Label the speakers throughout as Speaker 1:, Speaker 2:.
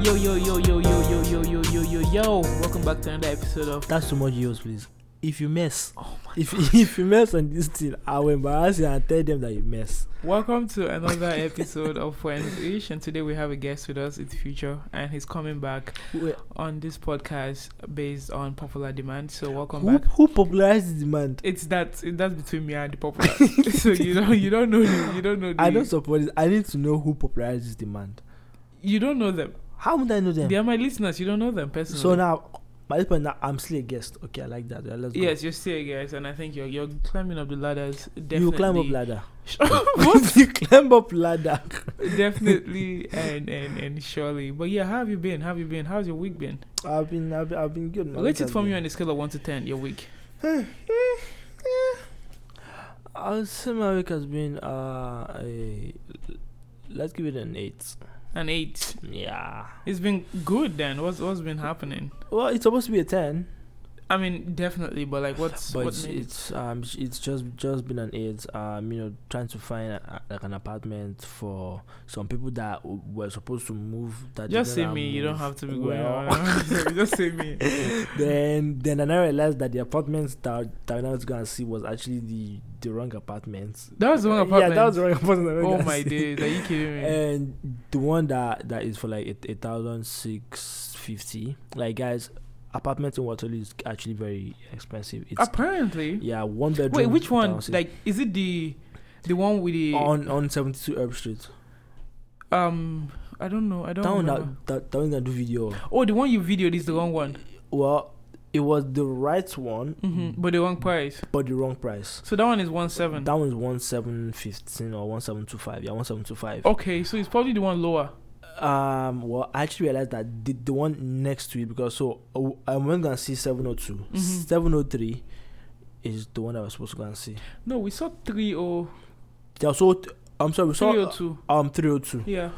Speaker 1: yo yo yo yo yo yo yo yo yo yo. Welcome back to another episode of.
Speaker 2: That's too much yours, please. If you mess,
Speaker 1: Oh my.
Speaker 2: if if you mess on this thing, I will embarrass you and tell them that you mess.
Speaker 1: Welcome to another episode of Friends Ish, and today we have a guest with us. It's Future, and he's coming back
Speaker 2: Wait,
Speaker 1: on this podcast based on popular demand. So welcome
Speaker 2: who,
Speaker 1: back.
Speaker 2: who popularized the demand?
Speaker 1: It's that that's between me and the popular. so you don't you don't know the- you don't know the,
Speaker 2: I don't support this. I need to know who popularized this demand.
Speaker 1: you don't know them.
Speaker 2: How would I know them?
Speaker 1: They are my listeners. You don't know them personally.
Speaker 2: so now, by this point, now I'm still a guest. Okay, I like that. Yeah, let's go.
Speaker 1: Yes, you're still a guest, and I think you're you're climbing up the ladders. Definitely,
Speaker 2: you climb up ladder.
Speaker 1: what?
Speaker 2: you climb up ladder.
Speaker 1: definitely and, and and surely but yeah how have you been how have you been how's your week been
Speaker 2: I've been, I've been, I've been good. man.
Speaker 1: rate it
Speaker 2: I've
Speaker 1: from
Speaker 2: been-
Speaker 1: you on a scale of 1 to 10 your week
Speaker 2: I'll say my week has been uh, a, let's give it an eight.
Speaker 1: an 8
Speaker 2: Yeah.
Speaker 1: it's been good then what's what's been happening
Speaker 2: Well, it's supposed to be a ten,
Speaker 1: i mean definitely but like what's
Speaker 2: but
Speaker 1: what
Speaker 2: it's,
Speaker 1: made it-
Speaker 2: it's um sh- it's just just been an eight. Um, you know, trying to find a, a- like an apartment for some people that w- were supposed to move. That they
Speaker 1: just say
Speaker 2: never
Speaker 1: me you don't
Speaker 2: moved.
Speaker 1: have to be going
Speaker 2: Well,
Speaker 1: on just say me
Speaker 2: then then I now realized that the apartments that that I was gonna see was actually the the wrong apartments.
Speaker 1: that was the one apartment
Speaker 2: Yeah, that was the wrong apartment. I was
Speaker 1: oh
Speaker 2: gonna
Speaker 1: my
Speaker 2: see.
Speaker 1: days are you kidding me
Speaker 2: And the one that that is for like a, a thousand six fifty. Like guys, apartments in Waterloo is actually very expensive. It's
Speaker 1: apparently
Speaker 2: yeah, one bedroom.
Speaker 1: wait which one
Speaker 2: 1,006.
Speaker 1: like is it the the one with the
Speaker 2: on on seventy two Herb Street.
Speaker 1: um i don't know i don't
Speaker 2: That one
Speaker 1: know
Speaker 2: that, that that one that do video.
Speaker 1: oh the one you videoed is the wrong one
Speaker 2: Well, it was the right one,
Speaker 1: hmm but the wrong price
Speaker 2: but the wrong price.
Speaker 1: So that one is one seven.
Speaker 2: That one is one seven fifteen or one seven two five. Yeah, one seven two five.
Speaker 1: Okay, so it's probably the one lower.
Speaker 2: Um, well, I actually realized that the, the one next to it because so uh, I went gonna see 702,
Speaker 1: Mhm.
Speaker 2: 703 is the one I was supposed to go and see.
Speaker 1: No, we saw three oh
Speaker 2: They also, I'm sorry, we saw
Speaker 1: three oh
Speaker 2: uh,
Speaker 1: two.
Speaker 2: um 302.
Speaker 1: Yeah.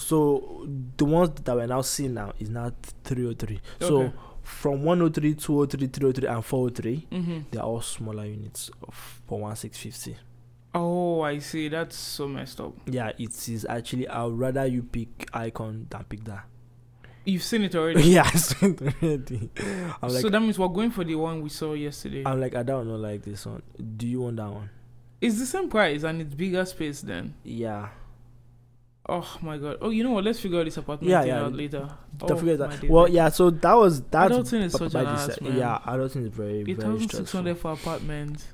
Speaker 2: So the ones that we're now seeing now is not 303. So
Speaker 1: Okay.
Speaker 2: from 103, 203, 303, and 403,
Speaker 1: Mm-hmm.
Speaker 2: they're all smaller units of- for 1650.
Speaker 1: Oh, I see. That's so messed up.
Speaker 2: Yeah, it is actually. I'd rather you pick icon than pick that.
Speaker 1: You've seen it already.
Speaker 2: yeah, I spent already. I'm like,
Speaker 1: so that means we're going for the one we saw yesterday.
Speaker 2: I'm like, I don't know, like this one. Do you want that one?
Speaker 1: it's the same price and it's bigger space then.
Speaker 2: Yeah.
Speaker 1: Oh my god. Oh, you know what? Let's figure this apartment
Speaker 2: Yeah,
Speaker 1: thing
Speaker 2: yeah.
Speaker 1: out later.
Speaker 2: Don't
Speaker 1: oh,
Speaker 2: forget
Speaker 1: my
Speaker 2: that.
Speaker 1: days.
Speaker 2: Well, yeah. So that was that.
Speaker 1: Adulting is such an ass, man.
Speaker 2: Yeah, adulting is very
Speaker 1: Eight
Speaker 2: very
Speaker 1: thousand six
Speaker 2: stressful. Uh,
Speaker 1: hundred for apartment.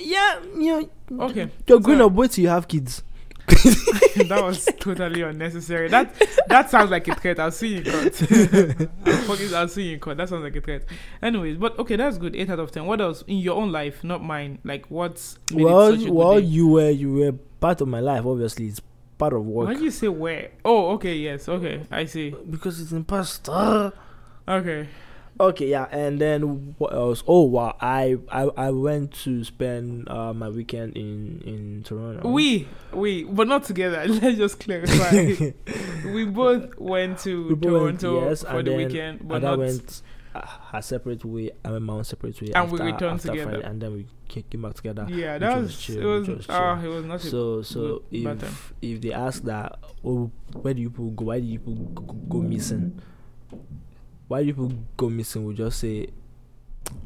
Speaker 2: yeah, you know.
Speaker 1: Okay.
Speaker 2: You're growing
Speaker 1: so-
Speaker 2: up. Wait till you have kids.
Speaker 1: that was totally unnecessary. That that sounds like a threat. I'll see you in court. I'll fucking- I'll see you in court. That sounds like a threat. Anyways, but okay, that's good. Eight out of ten. What else in your own life, not mine? Like what's made it
Speaker 2: well,
Speaker 1: such a good
Speaker 2: well,
Speaker 1: day?
Speaker 2: you were you were part of my life. Obviously, it's part of
Speaker 1: Why
Speaker 2: work
Speaker 1: do you say where? Oh, okay, yes, okay, I see.
Speaker 2: because it's in past. Ah.
Speaker 1: Okay,
Speaker 2: Okay, yeah, and then what else? Oh wow, I I, I went to spend uh, my weekend in in Toronto.
Speaker 1: we we but not together. Let's just clarify. we both went to
Speaker 2: We both went,
Speaker 1: Toronto
Speaker 2: yes,
Speaker 1: for
Speaker 2: and
Speaker 1: the
Speaker 2: then
Speaker 1: weekend, but
Speaker 2: Ada
Speaker 1: not.
Speaker 2: went uh, her separate way. I went my own separate way.
Speaker 1: And we
Speaker 2: after,
Speaker 1: returned
Speaker 2: after
Speaker 1: together.
Speaker 2: Friday, and then we ca- came back together.
Speaker 1: yeah,
Speaker 2: which
Speaker 1: that
Speaker 2: was
Speaker 1: was,
Speaker 2: chill,
Speaker 1: it was,
Speaker 2: which was chill.
Speaker 1: ah, it was not a
Speaker 2: So so
Speaker 1: good
Speaker 2: if
Speaker 1: pattern.
Speaker 2: if they ask that, oh, where do you people go? Why do you people go, go missing? Why do you people go missing? We just say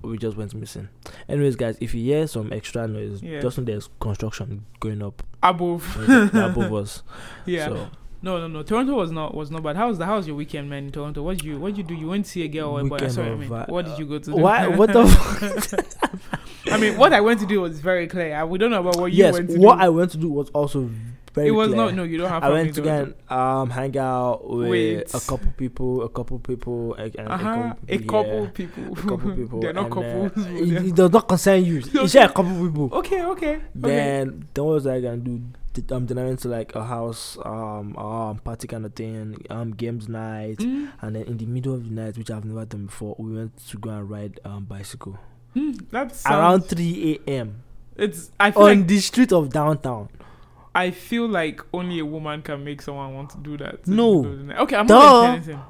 Speaker 2: we just went missing. Anyways, guys, if you hear some extra noise,
Speaker 1: Yeah.
Speaker 2: just know there's construction going up
Speaker 1: above.
Speaker 2: above us.
Speaker 1: Yeah.
Speaker 2: So
Speaker 1: No, no, no. Toronto was not was not bad. How was the how was your weekend, man? In Toronto, what did you what did you do? You went to see a girl or a boy?
Speaker 2: Weekend
Speaker 1: Sorry, I
Speaker 2: of,
Speaker 1: mean,
Speaker 2: uh,
Speaker 1: what did you go to? do?
Speaker 2: why? What the? F-
Speaker 1: I mean, what I went to do was very clear. I, we don't know about what you
Speaker 2: yes,
Speaker 1: went to
Speaker 2: what
Speaker 1: do.
Speaker 2: I went to do was also very.
Speaker 1: it was
Speaker 2: clear.
Speaker 1: not. No, you don't have.
Speaker 2: I
Speaker 1: family in
Speaker 2: went to go
Speaker 1: Toronto.
Speaker 2: and um, hang out with,
Speaker 1: With-
Speaker 2: a couple people, a couple people, a, and
Speaker 1: Uh-huh,
Speaker 2: a
Speaker 1: a couple
Speaker 2: couple people.
Speaker 1: people.
Speaker 2: yeah, a couple people.
Speaker 1: They're not
Speaker 2: and, uh,
Speaker 1: couples. but
Speaker 2: it,
Speaker 1: they're-
Speaker 2: it does not concern you. It's just a couple people.
Speaker 1: okay, okay. okay.
Speaker 2: Then, then what was I gonna do? Th- Um, then I went to like a house, um, um, party kind of thing, um, games night,
Speaker 1: Mm,
Speaker 2: and then in the middle of the night, which I've never done before, we went to go and ride um bicycle
Speaker 1: mm, that sounds,
Speaker 2: around 3 a.m.
Speaker 1: It's. I feel
Speaker 2: on
Speaker 1: like
Speaker 2: the street of downtown.
Speaker 1: I feel like only a woman can make someone want to do that.
Speaker 2: No.
Speaker 1: Okay, I'm not
Speaker 2: Duh.
Speaker 1: saying anything.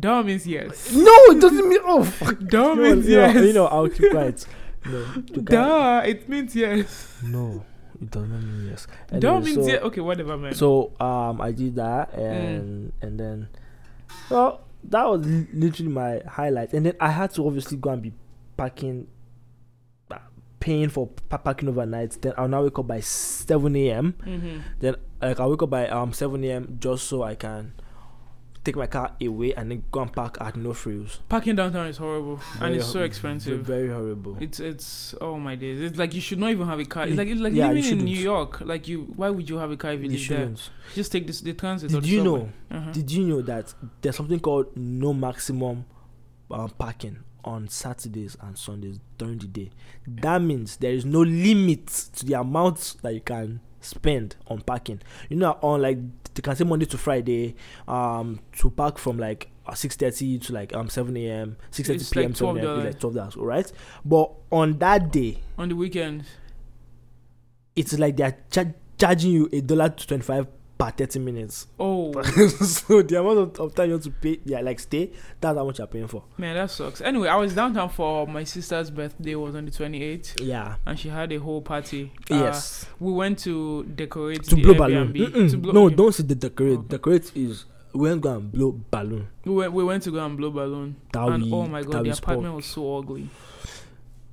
Speaker 1: Dumb is yes.
Speaker 2: No, it doesn't mean oh fuck.
Speaker 1: Dumb
Speaker 2: No,
Speaker 1: is
Speaker 2: you know,
Speaker 1: yes.
Speaker 2: you know, I'll keep quiet. No, you can't-
Speaker 1: Duh, it means yes.
Speaker 2: No, it doesn't mean yes.
Speaker 1: Duh
Speaker 2: Anyway,
Speaker 1: means
Speaker 2: so,
Speaker 1: yes. Okay, whatever, man. Mm.
Speaker 2: So um, I did that, and and then Well, that was li- literally my highlight, and then I had to obviously go and be packing, uh, paying for pa- packing overnight. Then I'll now wake up by seven a.m.
Speaker 1: Mm-hmm.
Speaker 2: Then like I wake up by um seven a.m. just so I can take my car away and then go and park at no frills.
Speaker 1: Parking downtown is horrible and
Speaker 2: Very
Speaker 1: it's so
Speaker 2: hor-
Speaker 1: expensive.
Speaker 2: Very horrible.
Speaker 1: It's it's oh my days. It's like you should not even have a car. It's
Speaker 2: You-
Speaker 1: like it's like
Speaker 2: yeah, you
Speaker 1: living in
Speaker 2: shouldn't.
Speaker 1: New York. Like you, why would you have a car if you
Speaker 2: You
Speaker 1: live there?
Speaker 2: shouldn't.
Speaker 1: Just take this the transit. or
Speaker 2: Did
Speaker 1: the
Speaker 2: you
Speaker 1: subway.
Speaker 2: know?
Speaker 1: Uh-huh.
Speaker 2: Did you know that there's something called no maximum um, parking on Saturdays and Sundays during the day? That means there is no limit to the amount that you can spend on parking. You know, on like they can say Monday to Friday, um, to park from like uh, six thirty to like um seven a.m. six thirty
Speaker 1: It's like
Speaker 2: p.m. seven a.m.
Speaker 1: $12.
Speaker 2: is like twelve dollars, all right? But on that day,
Speaker 1: On the weekends,
Speaker 2: it's like they are char- charging you a dollar to twenty-five per thirty minutes.
Speaker 1: oh
Speaker 2: so the amount of, of time you have to pay, yeah, like stay, that's how much you're paying for.
Speaker 1: man, that sucks. Anyway, I was downtown for my sister's birthday. Was on the twenty eighth,
Speaker 2: Yeah.
Speaker 1: and she had a whole party. Uh,
Speaker 2: yes.
Speaker 1: we went to decorate
Speaker 2: To
Speaker 1: the
Speaker 2: blow balloon.
Speaker 1: Airbnb. Oh.
Speaker 2: Mm-mm.
Speaker 1: To blow,
Speaker 2: no,
Speaker 1: okay.
Speaker 2: don't say the decorate.
Speaker 1: Okay.
Speaker 2: Decorate is we ain't gonna blow balloon.
Speaker 1: We went, we went to go and blow balloon.
Speaker 2: That
Speaker 1: and
Speaker 2: we,
Speaker 1: oh my
Speaker 2: that
Speaker 1: god, the
Speaker 2: we spoil.
Speaker 1: apartment was so ugly.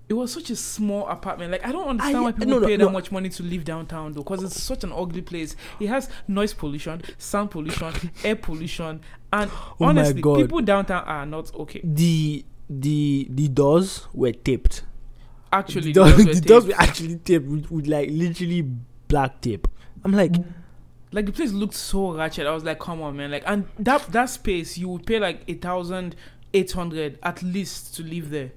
Speaker 1: It was such a small apartment. Like I don't understand
Speaker 2: I-
Speaker 1: why people
Speaker 2: no, no,
Speaker 1: pay
Speaker 2: no.
Speaker 1: that much money to live downtown though, because it's such an ugly place. It has noise pollution, sound pollution, air pollution, and
Speaker 2: Oh
Speaker 1: honestly,
Speaker 2: my god.
Speaker 1: people downtown are not okay.
Speaker 2: the the the doors were taped.
Speaker 1: Actually,
Speaker 2: the doors,
Speaker 1: the
Speaker 2: the
Speaker 1: taped.
Speaker 2: doors were actually taped with, with like literally black tape. I'm like,
Speaker 1: like the place looked so ratchet. I was like, come on, man. Like, and that that space, you would pay like a thousand eight hundred at least to live there.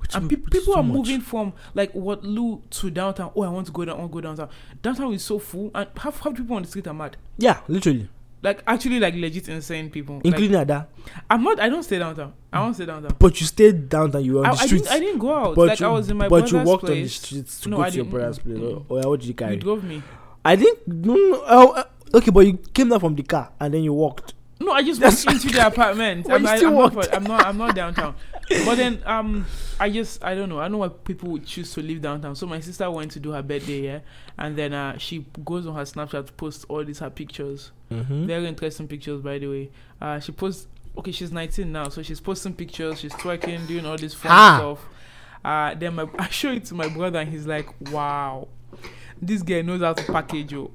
Speaker 2: which
Speaker 1: and
Speaker 2: is-
Speaker 1: pe-
Speaker 2: which is
Speaker 1: people
Speaker 2: so
Speaker 1: are
Speaker 2: much.
Speaker 1: moving from like Waterloo to downtown. Oh, I want to go down. I want to go downtown. Downtown is so full, and half half the people on the street are mad.
Speaker 2: Yeah, literally,
Speaker 1: Like actually, like legit insane people. Like,
Speaker 2: including Ada.
Speaker 1: I'm not. I don't stay downtown. I don't stay downtown.
Speaker 2: But you stayed downtown. You were Mm. on
Speaker 1: I,
Speaker 2: the
Speaker 1: I
Speaker 2: streets.
Speaker 1: didn't. I didn't go out.
Speaker 2: But
Speaker 1: Oh, like
Speaker 2: you,
Speaker 1: I was in my
Speaker 2: but you
Speaker 1: brother's
Speaker 2: walked
Speaker 1: place.
Speaker 2: on the streets to
Speaker 1: No,
Speaker 2: go
Speaker 1: I
Speaker 2: to your
Speaker 1: didn't-
Speaker 2: brother's place.
Speaker 1: mm-mm.
Speaker 2: Or, or what did you
Speaker 1: You
Speaker 2: carry?
Speaker 1: drove me.
Speaker 2: I didn't. No, no, oh, uh, okay, but you came down from the car and then you walked.
Speaker 1: No, I just
Speaker 2: That's-
Speaker 1: walked into the apartment.
Speaker 2: But
Speaker 1: I'm,
Speaker 2: you
Speaker 1: I,
Speaker 2: still
Speaker 1: am not,
Speaker 2: walked.
Speaker 1: for- I'm not. I'm not downtown. But then, um, I just I don't know. I know why people would choose to live downtown. So my sister went to do her birthday yeah, and then uh, she goes on her Snapchat to post all these her pictures.
Speaker 2: Hmm?
Speaker 1: Very interesting pictures, by the way. Uh, she posts. Okay, she's 19 now, so she's posting pictures. She's twerking, doing all this fun
Speaker 2: Ah.
Speaker 1: stuff. Uh, then my, I show it to my brother, and he's like, "Wow, this girl knows how to package oh." you."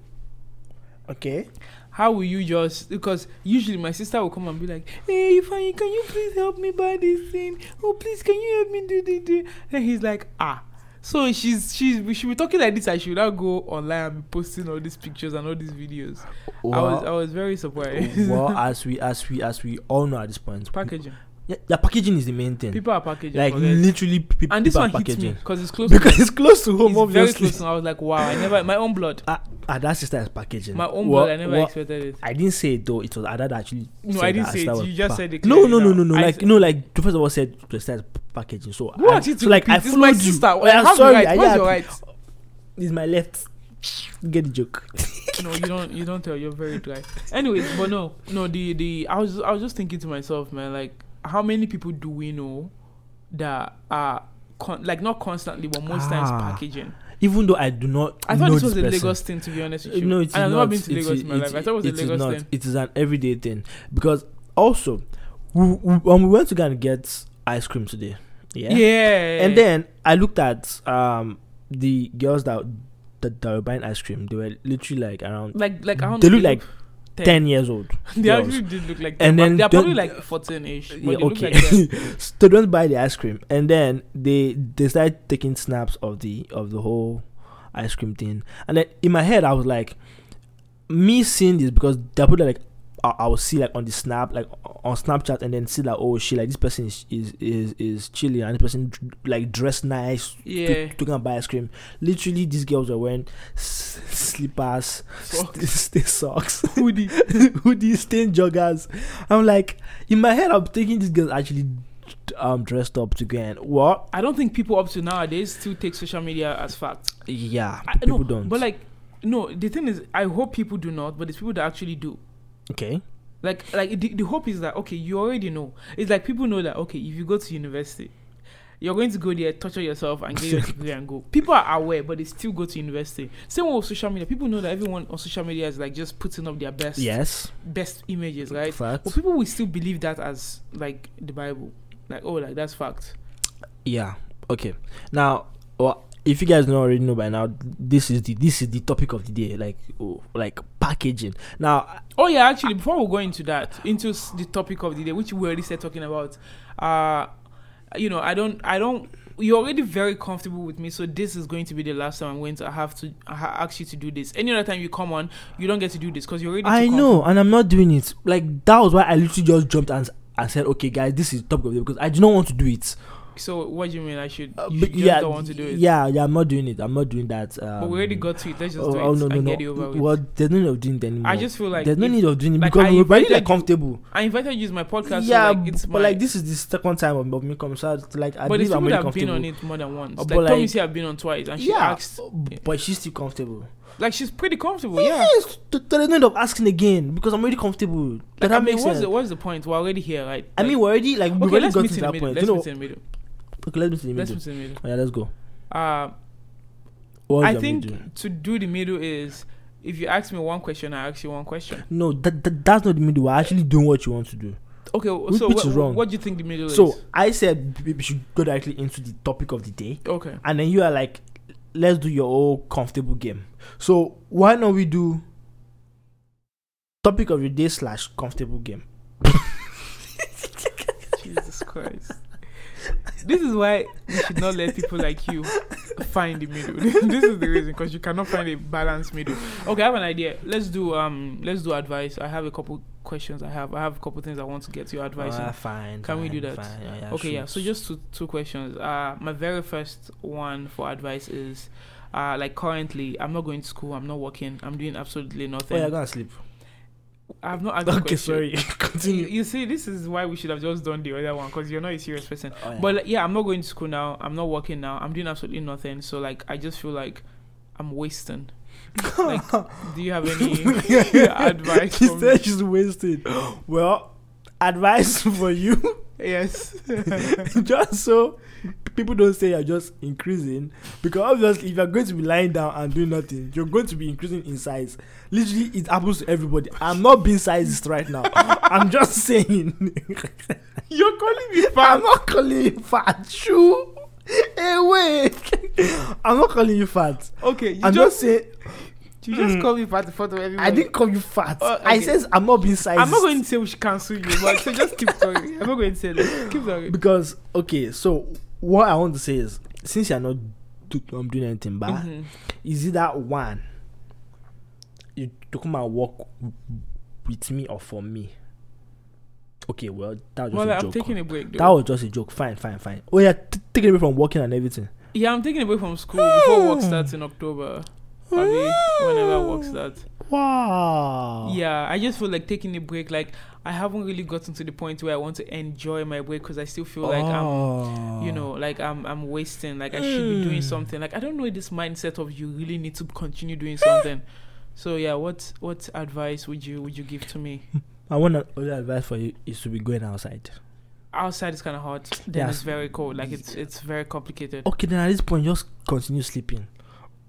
Speaker 2: Okay.
Speaker 1: How will you just? Because usually my sister will come and be like, "Hey, Ifeanyi, can you please help me buy this thing? Oh, please, can you help me do this?" thing?" And he's like, "Ah." So she's she's she be talking like this, and she will now go online and be posting all these pictures and all these videos. I was I
Speaker 2: Well,
Speaker 1: was very surprised.
Speaker 2: well, as we as we as we all know at this point,
Speaker 1: packaging.
Speaker 2: yeah, yeah, packaging is the main thing.
Speaker 1: People are packaging.
Speaker 2: like
Speaker 1: forget it.
Speaker 2: literally, pe- people
Speaker 1: and this
Speaker 2: are
Speaker 1: one hits
Speaker 2: packaging
Speaker 1: me because it's close.
Speaker 2: because it's close to
Speaker 1: it's
Speaker 2: home.
Speaker 1: very
Speaker 2: obviously,
Speaker 1: close, and I was like, wow, I never my own blood,
Speaker 2: Ah, Ada's sister is packaging.
Speaker 1: my own
Speaker 2: Well,
Speaker 1: blood. I never
Speaker 2: well,
Speaker 1: expected it.
Speaker 2: I didn't say it though. It was Ada that actually.
Speaker 1: No,
Speaker 2: said
Speaker 1: I didn't
Speaker 2: that
Speaker 1: say
Speaker 2: Asta
Speaker 1: it.
Speaker 2: was
Speaker 1: You just
Speaker 2: pa-
Speaker 1: said it
Speaker 2: No,
Speaker 1: clearly
Speaker 2: no, no,
Speaker 1: now.
Speaker 2: no, no.
Speaker 1: I
Speaker 2: Like
Speaker 1: said-
Speaker 2: no, like the first of all said the sister is p- packaging. So
Speaker 1: Who
Speaker 2: I,
Speaker 1: asked you to
Speaker 2: so like I
Speaker 1: repeat? This is my
Speaker 2: followed you.
Speaker 1: sister.
Speaker 2: Oh,
Speaker 1: Well,
Speaker 2: I'm
Speaker 1: how's
Speaker 2: sorry.
Speaker 1: your right?
Speaker 2: I-
Speaker 1: What's
Speaker 2: yeah,
Speaker 1: your right?
Speaker 2: It's my left. Get the joke.
Speaker 1: no, you don't. You don't tell. You're very dry. Anyways, but no, no. The the I was I was just thinking to myself, man. Like, how many people do we know that are con- like not constantly, but most times
Speaker 2: Ah.
Speaker 1: packaging?
Speaker 2: Even though I do not.
Speaker 1: I thought
Speaker 2: know
Speaker 1: this was a
Speaker 2: person.
Speaker 1: Lagos thing, to be honest with
Speaker 2: Uh,
Speaker 1: you.
Speaker 2: No, it's
Speaker 1: and I've
Speaker 2: not.
Speaker 1: never been to
Speaker 2: It's-
Speaker 1: Lagos in my
Speaker 2: it's-
Speaker 1: life. I thought it was a
Speaker 2: it is
Speaker 1: Lagos
Speaker 2: not.
Speaker 1: thing.
Speaker 2: It is an everyday thing because also we, we, when we went to go and get ice cream today, yeah,
Speaker 1: yeah.
Speaker 2: and then I looked at um the girls that that, that were buying ice cream. They were literally like around
Speaker 1: like like I don't
Speaker 2: They
Speaker 1: know,
Speaker 2: look like
Speaker 1: ten.
Speaker 2: ten years old.
Speaker 1: They
Speaker 2: girls.
Speaker 1: actually did look like them.
Speaker 2: And
Speaker 1: but
Speaker 2: then
Speaker 1: they're probably
Speaker 2: don't-
Speaker 1: like 14 ish. But
Speaker 2: Yeah,
Speaker 1: they look
Speaker 2: okay.
Speaker 1: like them.
Speaker 2: so they don't buy the ice cream, and then they they started taking snaps of the of the whole ice cream thing. And then in my head, I was like, me seeing this because they put like I, I will see like on the snap like o- on Snapchat, and then see like oh shit, like this person is is is, is chilling, and this person dr- like dressed nice,
Speaker 1: Yeah.
Speaker 2: talking about ice cream. Literally, these girls were wearing s- slippers,
Speaker 1: Socks.
Speaker 2: st- st- socks,
Speaker 1: Hoodie.
Speaker 2: hoodies, stained joggers. I'm like, in my head, I'm thinking these girls actually um dressed up to go and what?
Speaker 1: I don't think people up to nowadays still take social media as fact.
Speaker 2: Yeah,
Speaker 1: I,
Speaker 2: people
Speaker 1: no,
Speaker 2: don't.
Speaker 1: But like, no, the thing is, I hope people do not, but it's people that actually do.
Speaker 2: okay,
Speaker 1: Like, like the, the hope is that, okay, you already know. It's like people know that, okay, if you go to university, You're going to go there, torture yourself, and get your degree and go. People are aware, but they still go to university. Same with social media. People know that everyone on social media is like just putting up their best,
Speaker 2: Yes.
Speaker 1: best images, right?
Speaker 2: Fact.
Speaker 1: But people will still believe that as like the Bible, like oh, like that's fact.
Speaker 2: Yeah. Okay. Now, well, if you guys don't already know by now, this is the this is the topic of the day, like oh, like packaging. Now,
Speaker 1: Oh yeah, actually, before we go into that, into s- the topic of the day, which we already started talking about, uh, you know, I don't, I don't. You're already very comfortable with me, so this is going to be the last time I'm going to have to ha- ask you to do this. Any other time you come on, you don't get to do this because you're already. too
Speaker 2: I
Speaker 1: comfortable.
Speaker 2: know, and I'm not doing it. Like that was why I literally just jumped and and said, okay, guys, this is the topic of the day because I do not want to do it.
Speaker 1: So what do you mean? I should?
Speaker 2: Uh,
Speaker 1: you
Speaker 2: but
Speaker 1: should just don't want to do it.
Speaker 2: Yeah, yeah, I'm not doing it. I'm not doing that. Um,
Speaker 1: But we already got to it. Let's just
Speaker 2: oh,
Speaker 1: do it
Speaker 2: oh, no, no,
Speaker 1: and
Speaker 2: no.
Speaker 1: get it over with.
Speaker 2: Well, there's no need of doing it anymore.
Speaker 1: I just feel like
Speaker 2: there's no
Speaker 1: if-
Speaker 2: need of doing it
Speaker 1: like,
Speaker 2: because
Speaker 1: I
Speaker 2: we're already
Speaker 1: invited
Speaker 2: like
Speaker 1: you-
Speaker 2: comfortable.
Speaker 1: I invited you to my podcast.
Speaker 2: yeah,
Speaker 1: so like it's
Speaker 2: but
Speaker 1: my,
Speaker 2: like this is the second time of of me coming, so I- like I
Speaker 1: but it's people
Speaker 2: believe I'm already
Speaker 1: that have been
Speaker 2: comfortable.
Speaker 1: on it more than once.
Speaker 2: Uh,
Speaker 1: Like
Speaker 2: but,
Speaker 1: Tommy
Speaker 2: like-
Speaker 1: said, I've been on twice, and she
Speaker 2: yeah,
Speaker 1: asked,
Speaker 2: but she's still comfortable.
Speaker 1: like she's pretty comfortable. Yeah.
Speaker 2: Yes, to, to the end of asking again because I'm already comfortable. Does
Speaker 1: Like,
Speaker 2: that
Speaker 1: I mean,
Speaker 2: makes
Speaker 1: what's
Speaker 2: sense.
Speaker 1: the what's the point? We're already here, right?
Speaker 2: I
Speaker 1: Like-
Speaker 2: mean, we're already like we've
Speaker 1: okay,
Speaker 2: already
Speaker 1: let's
Speaker 2: got
Speaker 1: meet
Speaker 2: to
Speaker 1: in the
Speaker 2: that
Speaker 1: middle.
Speaker 2: point.
Speaker 1: Let's
Speaker 2: you know,
Speaker 1: meet in the middle.
Speaker 2: okay, let's meet in the
Speaker 1: Let's
Speaker 2: middle.
Speaker 1: meet in the middle.
Speaker 2: Yeah, let's go.
Speaker 1: Uh,
Speaker 2: What
Speaker 1: I
Speaker 2: do we do?
Speaker 1: think to do the middle is if you ask me one question, I ask you one question.
Speaker 2: no, that, that that's not the middle. We're actually doing what you want to do.
Speaker 1: Okay, w-
Speaker 2: Which-
Speaker 1: so
Speaker 2: which
Speaker 1: wh-
Speaker 2: is wrong.
Speaker 1: what do you think the middle
Speaker 2: So
Speaker 1: is?
Speaker 2: I said we we should go directly into the topic of the day,
Speaker 1: Okay,
Speaker 2: and then you are like, let's do your own comfortable game. So why not we do topic of the day slash comfortable game?
Speaker 1: Jesus Christ. This is why we should not let people like you find the middle. this is the reason because you cannot find a balanced middle.
Speaker 2: Ah,
Speaker 1: Okay, I have an idea. Let's do um, let's do advice. I have a couple questions. I have I have a couple things I want to get your advice. on.
Speaker 2: Ah, fine.
Speaker 1: Can we
Speaker 2: fine,
Speaker 1: do that?
Speaker 2: fine.
Speaker 1: okay yeah so
Speaker 2: shoot.
Speaker 1: just two, two questions uh my very first one for advice is uh like currently i'm not going to school i'm not working i'm doing absolutely
Speaker 2: oh,
Speaker 1: nothing
Speaker 2: you're gonna sleep.
Speaker 1: i've not asked the
Speaker 2: Okay,
Speaker 1: question.
Speaker 2: sorry.
Speaker 1: you,
Speaker 2: Continue.
Speaker 1: you see this is why we should have just done the other one because you're not a serious person
Speaker 2: Oh, yeah.
Speaker 1: but like, yeah i'm not going to school now i'm not working now i'm doing absolutely nothing so like i just feel like i'm wasting like do you have any advice
Speaker 2: She
Speaker 1: for me?
Speaker 2: said she's wasted. Well, advice for you,
Speaker 1: yes
Speaker 2: just so people don't say you're just increasing, because obviously if you're going to be lying down and doing nothing, you're going to be increasing in size. Literally, it happens to everybody. I'm not being sized right now. I'm just saying.
Speaker 1: you're calling me
Speaker 2: I'm
Speaker 1: fat
Speaker 2: not calling you fat. Shoo. Hey, wait. I'm not calling you fat.
Speaker 1: okay you
Speaker 2: I'm
Speaker 1: just
Speaker 2: just saying
Speaker 1: you just
Speaker 2: Mm.
Speaker 1: call me fat in front of everybody
Speaker 2: I didn't call you fat.
Speaker 1: Oh,
Speaker 2: I
Speaker 1: okay.
Speaker 2: says I'm not being sized.
Speaker 1: I'm not going to say we should cancel you, but so just keep talking. I'm not going to say that. Keep talking.
Speaker 2: because okay so what i want to say is since you're not do, um, doing anything bad
Speaker 1: Mhm.
Speaker 2: is it that one you to come and work with me or for me okay well that was just
Speaker 1: Well,
Speaker 2: a
Speaker 1: I'm
Speaker 2: joke
Speaker 1: taking a break.
Speaker 2: that
Speaker 1: Though.
Speaker 2: was just a joke fine fine fine oh yeah t- take it away from working and everything
Speaker 1: yeah, I'm taking a break from school before work
Speaker 2: Hmm.
Speaker 1: starts in October. Probably whenever work starts.
Speaker 2: wow
Speaker 1: Yeah, I just feel like taking a break. Like I haven't really gotten to the point where I want to enjoy my break because I still feel like I'm.
Speaker 2: Oh.
Speaker 1: You know, like I'm, I'm wasting. Like I should be doing
Speaker 2: Hmm.
Speaker 1: something. Like I don't know this mindset of you really need to continue doing something. So yeah, what what advice would you would you give to me?
Speaker 2: Ah. i want other advice for you is to be going outside
Speaker 1: Outside is kind of hot. Then
Speaker 2: Yeah.
Speaker 1: it's very cold. Like it's it's very complicated.
Speaker 2: okay then at this point just continue sleeping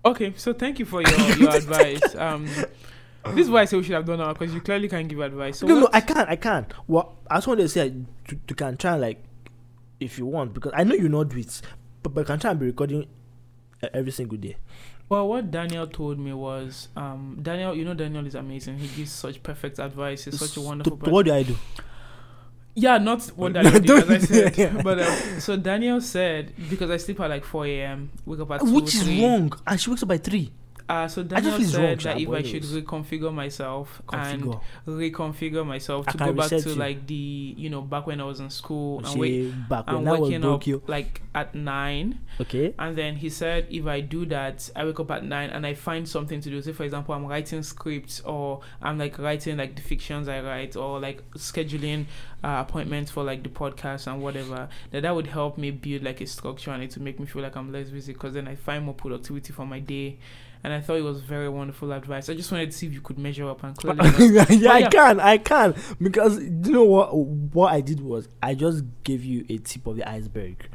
Speaker 1: Okay, so thank you for your, your advice. Um, this is why I say we should have done now because you clearly can't give advice. So
Speaker 2: no, no,
Speaker 1: what-
Speaker 2: I can't. I can't. Well, I just want to say you, you can try and like if you want because I know you know do it, but but you can try and be recording e- every single day.
Speaker 1: well, what Daniel told me was, um, Daniel, you know, Daniel is amazing. He gives such perfect advice. He's such a
Speaker 2: So,
Speaker 1: wonderful person.
Speaker 2: what do I do?
Speaker 1: Yeah, not what Daniel did, as I
Speaker 2: Don't-
Speaker 1: said. But um, so Daniel said because I sleep at like four a.m., wake up at two,
Speaker 2: Which is
Speaker 1: three.
Speaker 2: wrong. And she wakes up by three.
Speaker 1: Uh, so
Speaker 2: just
Speaker 1: Daniel
Speaker 2: feel it's
Speaker 1: said
Speaker 2: wrong,
Speaker 1: that
Speaker 2: Sha,
Speaker 1: if
Speaker 2: but
Speaker 1: I should
Speaker 2: anyways.
Speaker 1: reconfigure myself and
Speaker 2: Configure.
Speaker 1: reconfigure myself
Speaker 2: I
Speaker 1: to
Speaker 2: can
Speaker 1: go back
Speaker 2: reset
Speaker 1: to
Speaker 2: you. Oh,
Speaker 1: like the you know back when I was in school oh, and wait.
Speaker 2: She back when
Speaker 1: I'm
Speaker 2: that was
Speaker 1: waking up
Speaker 2: Tokyo.
Speaker 1: like at nine,
Speaker 2: Okay.
Speaker 1: and then he said if I do that, I wake up at nine and I find something to do. Say for example, I'm writing scripts or I'm like writing like the fictions I write or like scheduling uh, appointments for like the podcast and whatever. That that would help me build like a structure and it to make me feel like I'm less busy because then I find more productivity for my day. And I thought it was very wonderful advice. I just wanted to see if you could measure up and clearly. not.
Speaker 2: yeah, I
Speaker 1: yeah.
Speaker 2: can, I can, because you know what? What I did was I just gave you a tip of the iceberg.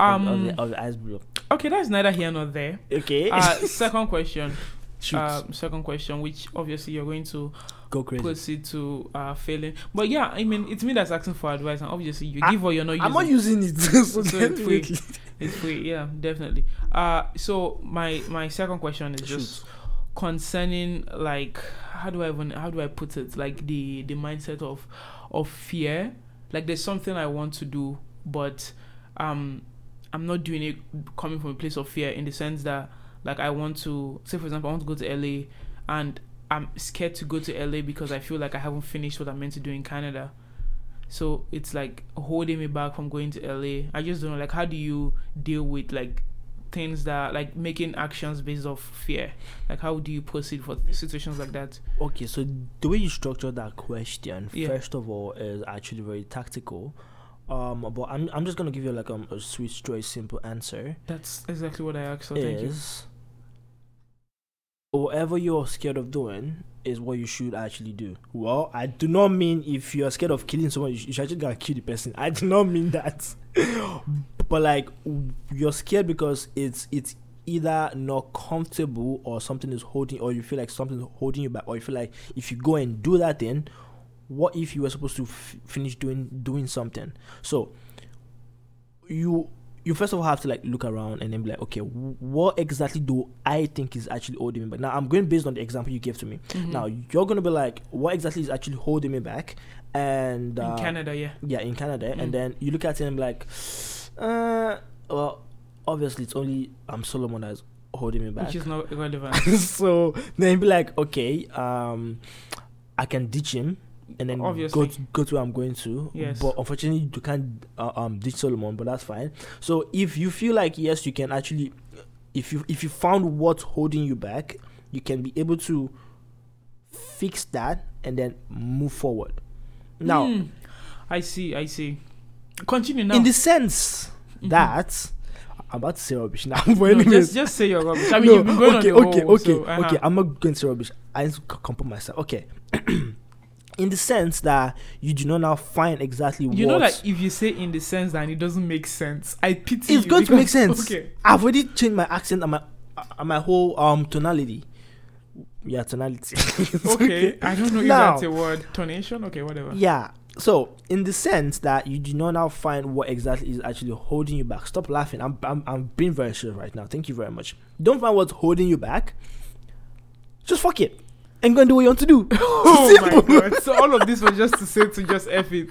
Speaker 2: of-
Speaker 1: Um,
Speaker 2: of, the, of the ice block.
Speaker 1: Okay, that's neither here nor there.
Speaker 2: Okay.
Speaker 1: Uh, second question.
Speaker 2: Eh. Shoot.
Speaker 1: Um, second question, which obviously you're going to
Speaker 2: Go crazy.
Speaker 1: proceed to uh, failing. But yeah, I mean, it's me that's asking for advice, and obviously you
Speaker 2: I-
Speaker 1: give or you're not using.
Speaker 2: I'm not using it. so
Speaker 1: So it's
Speaker 2: definitely.
Speaker 1: free. It's free, yeah, definitely. Uh, so my my second question is just concerning like how do I even how do I put it like the the mindset of of fear. Like there's something I want to do, but um I'm not doing it coming from a place of fear in the sense that like I want to say for example I want to go to LA and I'm scared to go to LA because I feel like I haven't finished what I'm meant to do in Canada. So it's like holding me back from going to LA. I just don't know like how do you deal with like things that like making actions based off fear? Like how do you proceed for situations like that?
Speaker 2: Okay, so the way you structure that question,
Speaker 1: Yeah.
Speaker 2: first of all, is actually very tactical. Um, but I'm, I'm just gonna give you like um, a sweet, straight, simple answer.
Speaker 1: That's exactly what I asked. So thank you.
Speaker 2: is whatever you're scared of doing is what you should actually do. Well, I do not mean if you're scared of killing someone, you sh- you should actually gotta kill the person. I do not mean that. but like w- you're scared because it's it's either not comfortable or something is holding or you feel like something's holding you back or you feel like if you go and do that then what if you were supposed to f- finish doing doing something so you you first of all have to like look around and then be like okay wh- what exactly do i think is actually holding me back now i'm going based on the example you gave to me
Speaker 1: Mhm.
Speaker 2: now you're going to be like what exactly is actually holding me back and
Speaker 1: in
Speaker 2: uh,
Speaker 1: Canada, yeah.
Speaker 2: yeah in canada
Speaker 1: Mm.
Speaker 2: and then you look at him like uh well obviously it's only i'm solomon that's holding me back
Speaker 1: Which is not relevant.
Speaker 2: so then you'd be like okay um i can ditch him and then go
Speaker 1: Obviously.
Speaker 2: to, go to where i'm going to
Speaker 1: Yes.
Speaker 2: but unfortunately you can't uh, um ditch solomon but that's fine so if you feel like yes you can actually if you if you found what's holding you back you can be able to fix that and then move forward now
Speaker 1: Hmm. I see, I see. Continue now.
Speaker 2: in the sense
Speaker 1: Mhm.
Speaker 2: that I'm about to say rubbish now. but
Speaker 1: No,
Speaker 2: anyways,
Speaker 1: just just say your rubbish. I mean, you've been going
Speaker 2: okay,
Speaker 1: on the
Speaker 2: okay,
Speaker 1: whole,
Speaker 2: okay,
Speaker 1: so, uh-huh.
Speaker 2: okay. I'm not going to say rubbish. I need to c- compose myself. Okay, in the sense that you do not now find exactly
Speaker 1: You
Speaker 2: what
Speaker 1: know that if you say in the sense that it doesn't make sense, I pity
Speaker 2: it's
Speaker 1: you
Speaker 2: going to
Speaker 1: because-
Speaker 2: make sense.
Speaker 1: Okay.
Speaker 2: I've already changed my accent and my and my whole um tonality. Yeah, tonality. It's
Speaker 1: Okay. I don't know if
Speaker 2: Now-
Speaker 1: that's a word. Tonation? Okay, whatever.
Speaker 2: Yeah. So, in the sense that you do not now find what exactly is actually holding you back. Stop laughing. I'm, I'm, I'm being very serious right now. Thank you very much. You don't find what's holding you back. Just fuck it. And go and do what you want to do.
Speaker 1: Oh my
Speaker 2: Simple.
Speaker 1: god. So all of this was just to say to just F it.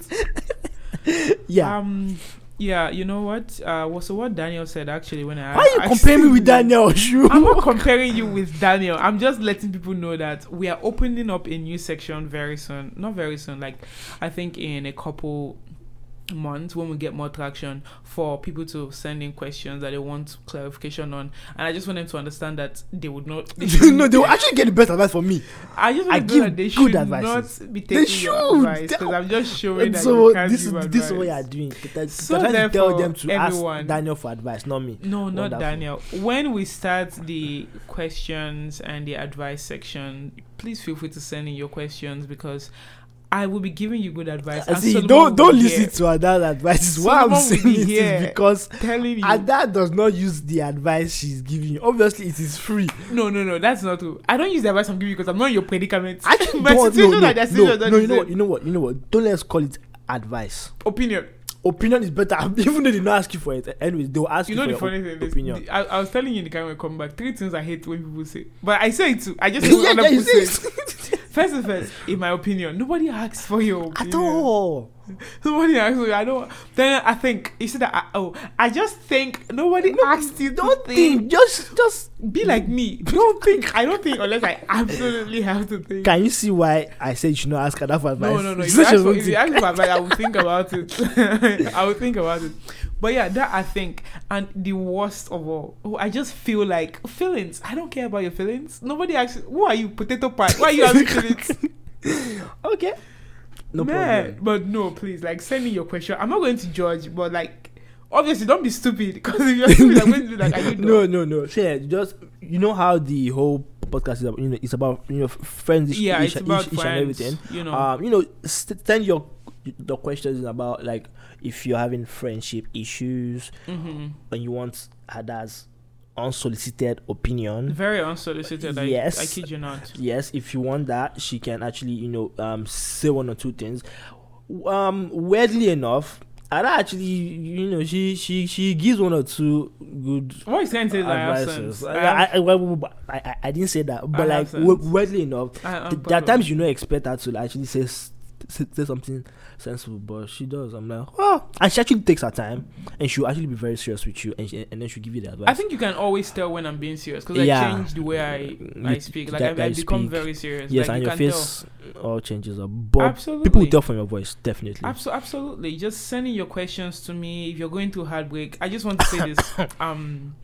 Speaker 2: Yeah.
Speaker 1: Um yeah, you know what? Uh well, so what Daniel said actually when I
Speaker 2: Why are you
Speaker 1: asked-
Speaker 2: comparing me with Daniel? Shoo?
Speaker 1: I'm not comparing you with Daniel. I'm just letting people know that we are opening up a new section very soon. Not very soon, like I think in a couple months when we get more traction for people to send in questions that they want clarification on. And I just want them to understand that they would not. They
Speaker 2: you know,
Speaker 1: should-
Speaker 2: they will actually get the best advice from me.
Speaker 1: I just
Speaker 2: I
Speaker 1: want them to know
Speaker 2: give
Speaker 1: that they
Speaker 2: good
Speaker 1: should
Speaker 2: advices.
Speaker 1: not be taking your
Speaker 2: should.
Speaker 1: advice
Speaker 2: They-
Speaker 1: because I'm just showing
Speaker 2: And
Speaker 1: that
Speaker 2: so,
Speaker 1: you can't
Speaker 2: this is,
Speaker 1: give
Speaker 2: this is what
Speaker 1: advice.
Speaker 2: you are doing. You're
Speaker 1: So
Speaker 2: trying to tell
Speaker 1: therefore,
Speaker 2: them to
Speaker 1: everyone-
Speaker 2: ask Daniel for advice, not me.
Speaker 1: No, not
Speaker 2: Wonderful.
Speaker 1: Daniel. When we start the questions and the advice section, please feel free to send in your questions because I will be giving you good advice.
Speaker 2: I
Speaker 1: and
Speaker 2: see,
Speaker 1: Solomon will
Speaker 2: don't don't
Speaker 1: be
Speaker 2: listen
Speaker 1: here
Speaker 2: to Adad advice. Why I'm
Speaker 1: Solomon will
Speaker 2: saying
Speaker 1: be
Speaker 2: it
Speaker 1: here.
Speaker 2: is because
Speaker 1: telling you.
Speaker 2: Ada does not use the advice she's giving you. Obviously, it is free.
Speaker 1: no, no, no, that's not true. I don't use the advice I'm giving you because I'm not in your predicament.
Speaker 2: I don't
Speaker 1: My
Speaker 2: no,
Speaker 1: situation
Speaker 2: no,
Speaker 1: and their
Speaker 2: no,
Speaker 1: situation
Speaker 2: no,
Speaker 1: don't
Speaker 2: you know
Speaker 1: deserve-
Speaker 2: what, you know what, you know what. Don't let's call it advice.
Speaker 1: Opinion.
Speaker 2: Opinion is better, even though they don't ask you for it. Anyways, they'll ask
Speaker 1: You
Speaker 2: you,
Speaker 1: know
Speaker 2: for
Speaker 1: the
Speaker 2: your
Speaker 1: funny
Speaker 2: op-
Speaker 1: thing is,
Speaker 2: opinion.
Speaker 1: the- I, I was telling you in the camera come back. Three things I hate when people say, but I say it too. I just
Speaker 2: yeah,
Speaker 1: hate when
Speaker 2: yeah,
Speaker 1: other
Speaker 2: you
Speaker 1: people say.
Speaker 2: see,
Speaker 1: First and first, in my opinion, nobody asks for your opinion.
Speaker 2: at all.
Speaker 1: Nobody asked me. I don't. Then I think you said that. I, oh, I just think nobody asked you. Don't
Speaker 2: Think,
Speaker 1: think.
Speaker 2: just, just.
Speaker 1: Be like me. Don't think. I don't think unless I absolutely have to think.
Speaker 2: Can you see why I said you should not ask Ada for advice?
Speaker 1: No, no, no.
Speaker 2: She
Speaker 1: If
Speaker 2: said
Speaker 1: you
Speaker 2: she
Speaker 1: ask, for, if you ask
Speaker 2: doesn't think.
Speaker 1: me for advice, I will think about it. I will think about it. But yeah, that I think. And the worst of all, oh, I just feel like feelings. I don't care about your feelings. Nobody asks, who are you, potato pie? Why are you having feelings?
Speaker 2: Okay. No
Speaker 1: Man,
Speaker 2: problem.
Speaker 1: But no, please, like, send me your question. I'm not going to judge, but like, obviously, don't be stupid. Because if you're stupid, I'm going to be like, are you dumb?
Speaker 2: no, no, no. Share just you know how the whole podcast is about. You know, it's about you know f- friends. Each,
Speaker 1: yeah,
Speaker 2: each,
Speaker 1: it's about
Speaker 2: each, each and
Speaker 1: friends,
Speaker 2: everything. Uh,
Speaker 1: You know,
Speaker 2: Um, you know, s- send your the question is about like if you're having friendship issues
Speaker 1: hmm
Speaker 2: and you want others unsolicited opinion.
Speaker 1: Very unsolicited. I,
Speaker 2: Yes.
Speaker 1: I kid you not.
Speaker 2: Yes, if you want that, she can actually you know um say one or two things. Um, weirdly enough, Ada actually you know she she she gives one or two good
Speaker 1: What you saying is I have sense.
Speaker 2: advices. I, I, I, well, I, I, I didn't say that, but
Speaker 1: have
Speaker 2: like
Speaker 1: sense.
Speaker 2: w- weirdly enough,
Speaker 1: I- I'm
Speaker 2: th- there are
Speaker 1: proud of
Speaker 2: times you don't expect her to like, actually say s- say say something sensible, but she does. I'm like, oh, and she actually takes her time, and she'll actually be very serious with you, and she, and then she'll give you the advice.
Speaker 1: I think you can always tell when I'm being serious because I
Speaker 2: Yeah.
Speaker 1: change the way I, I
Speaker 2: You-
Speaker 1: speak. Like
Speaker 2: that-
Speaker 1: I, I
Speaker 2: that you
Speaker 1: become
Speaker 2: speak.
Speaker 1: very serious.
Speaker 2: yes,
Speaker 1: like,
Speaker 2: and
Speaker 1: you
Speaker 2: your
Speaker 1: can
Speaker 2: face all changes
Speaker 1: Tell.
Speaker 2: up, but
Speaker 1: Absolutely.
Speaker 2: people will tell from your voice definitely.
Speaker 1: Abso- absolutely. Just sending your questions to me. If you're going through heartbreak, I just want to say this. Um,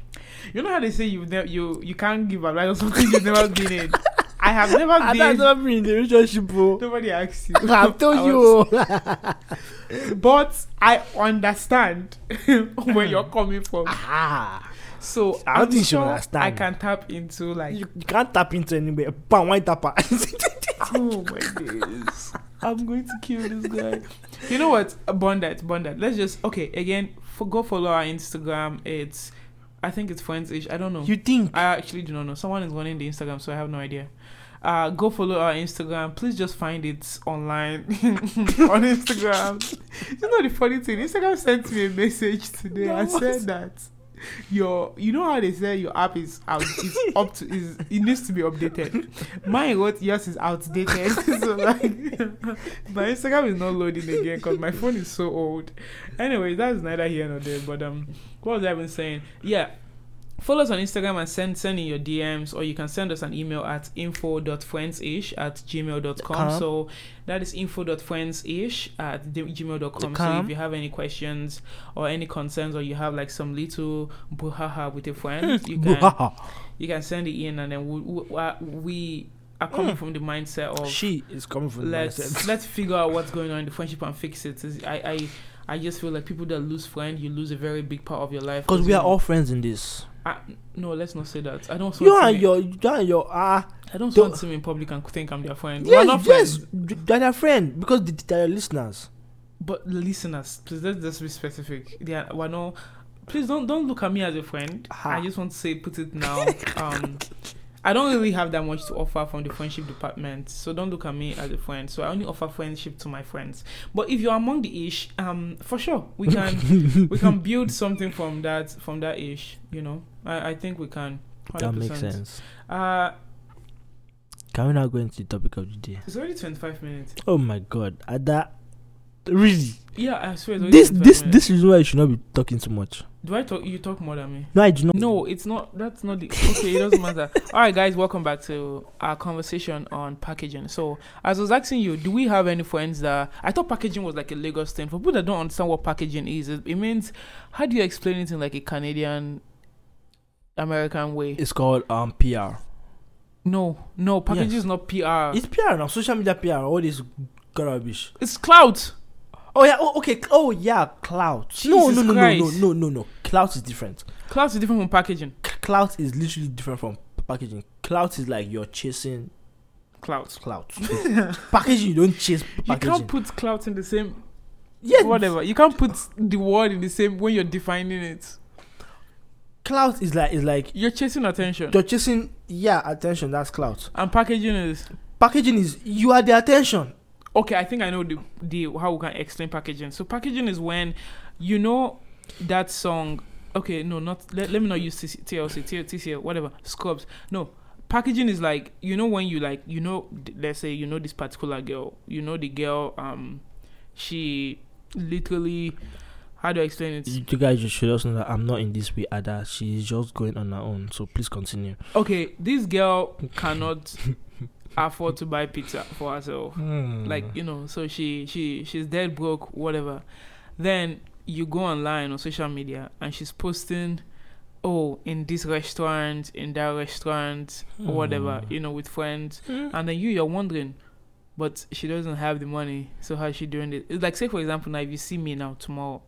Speaker 1: you know how they say you ne- you you can't give up. Like or something you've never been in. I have never
Speaker 2: Ada
Speaker 1: been.
Speaker 2: has never been in the relationship, bro.
Speaker 1: Nobody asks you.
Speaker 2: I've
Speaker 1: I
Speaker 2: told
Speaker 1: was-
Speaker 2: you.
Speaker 1: But I understand where you're coming from.
Speaker 2: ah,
Speaker 1: So
Speaker 2: I don't
Speaker 1: I'm
Speaker 2: think she
Speaker 1: sure
Speaker 2: understand.
Speaker 1: I can tap into like
Speaker 2: you, you can't tap into anywhere. Bam, why tap
Speaker 1: oh my days. I'm going to kill this guy. You know what? Bondat, Bondat. Let's just okay again. For, go follow our Instagram. It's I think it's friends-ish. I don't know.
Speaker 2: You think?
Speaker 1: I actually do not know. Someone is running the Instagram, so I have no idea. Uh, go follow our Instagram. Please just find it online on Instagram. you know the funny thing? Instagram sent me a message today
Speaker 2: That
Speaker 1: and
Speaker 2: was-
Speaker 1: said that your you know how they say your app is out is up to is it needs to be updated. Mine what yours is outdated. so like my Instagram is not loading again because my phone is so old. Anyway, that's neither here nor there. But um, what was I even saying? Yeah, follow us on Instagram and send send in your DMs, or you can send us an email at info.friendsish at gmail.com.
Speaker 2: Com.
Speaker 1: So that is info.friendsish at the- gmail.com. So
Speaker 2: Com.
Speaker 1: if you have any questions or any concerns, or you have like some little buhaha with a friend, you can you can send it in, and then we we, uh, we are coming
Speaker 2: Mm.
Speaker 1: from the mindset of
Speaker 2: she is coming from the
Speaker 1: let's
Speaker 2: mindset.
Speaker 1: let's figure out what's going on in the friendship and fix it. Is- I I I just feel like people that lose friend, you lose a very big part of your life.
Speaker 2: Because we
Speaker 1: you-
Speaker 2: are all friends in this.
Speaker 1: I, no, let's not say that. I don't.
Speaker 2: You
Speaker 1: want
Speaker 2: and
Speaker 1: to
Speaker 2: your, you and your, ah,
Speaker 1: I don't
Speaker 2: don't-
Speaker 1: want them in public and think I'm their friend. We're not
Speaker 2: yes,
Speaker 1: friends,
Speaker 2: yes, they are their friend because they, they are listeners.
Speaker 1: but listeners, please let's just be specific. They are, we're not. Please don't don't look at me as a friend.
Speaker 2: Ha.
Speaker 1: I just want to say, put it now. Um, I don't really have that much to offer from the friendship department, so don't look at me as a friend. So I only offer friendship to my friends. But if you're among the ish, um, for sure we can we can build something from that from that ish. You know, I, I think we can. 100%.
Speaker 2: That makes sense.
Speaker 1: Uh,
Speaker 2: Can we now go into the topic of the day?
Speaker 1: it's already twenty five minutes.
Speaker 2: Oh my God, Ada, really?
Speaker 1: Yeah, I swear. it's already
Speaker 2: This,
Speaker 1: 25
Speaker 2: this,
Speaker 1: minutes.
Speaker 2: this is why you should not be talking too much.
Speaker 1: Do I talk? You talk more than me.
Speaker 2: No, I do not.
Speaker 1: No, it's not. That's not the. Okay, it doesn't matter. All right, guys, welcome back to our conversation on packaging. So, as I was asking you, do we have any friends that I thought packaging was like a Lagos thing? For people that don't understand what packaging is, it, it means how do you explain it in like a Canadian, American way?
Speaker 2: It's called um PR.
Speaker 1: No, no, packaging
Speaker 2: Yes.
Speaker 1: is not PR.
Speaker 2: It's PR now. Social media PR. All this rubbish.
Speaker 1: It's clout.
Speaker 2: Oh yeah. Oh okay. Oh yeah. Clout. No, no,
Speaker 1: Jesus
Speaker 2: no, no, no,
Speaker 1: Christ.
Speaker 2: no, no, no. Clout is different.
Speaker 1: Clout is different from packaging.
Speaker 2: C- Clout is literally different from packaging. Clout is like you're chasing
Speaker 1: Clout.
Speaker 2: clout. packaging, you don't chase
Speaker 1: You
Speaker 2: packaging.
Speaker 1: can't put clout in the same.
Speaker 2: yeah,
Speaker 1: Whatever. You can't put the word in the same when you're defining it.
Speaker 2: Clout is like is like
Speaker 1: You're chasing attention.
Speaker 2: you're chasing. Yeah, attention. That's clout.
Speaker 1: And packaging is
Speaker 2: Packaging is you are the attention.
Speaker 1: okay. I think I know the the how we can explain packaging. So packaging is when you know that song. Okay, no, not let, let me not use TC, TLC, T- TCL, whatever Scrubs. No, packaging is like you know when you like you know th- let's say you know this particular girl. You know the girl. Um, she literally how do I explain it?
Speaker 2: You guys, you should also know that I'm not in this way. Ada, she's just going on her own. So please continue.
Speaker 1: Okay, this girl cannot afford to buy pizza for herself. like
Speaker 2: Mm.
Speaker 1: you know so she she she's dead broke whatever then you go online on social media and she's posting oh in this restaurant in that restaurant
Speaker 2: Hmm.
Speaker 1: or whatever you know with friends and then you you're wondering but she doesn't have the money so how's she doing it it's like say for example now if you see me now tomorrow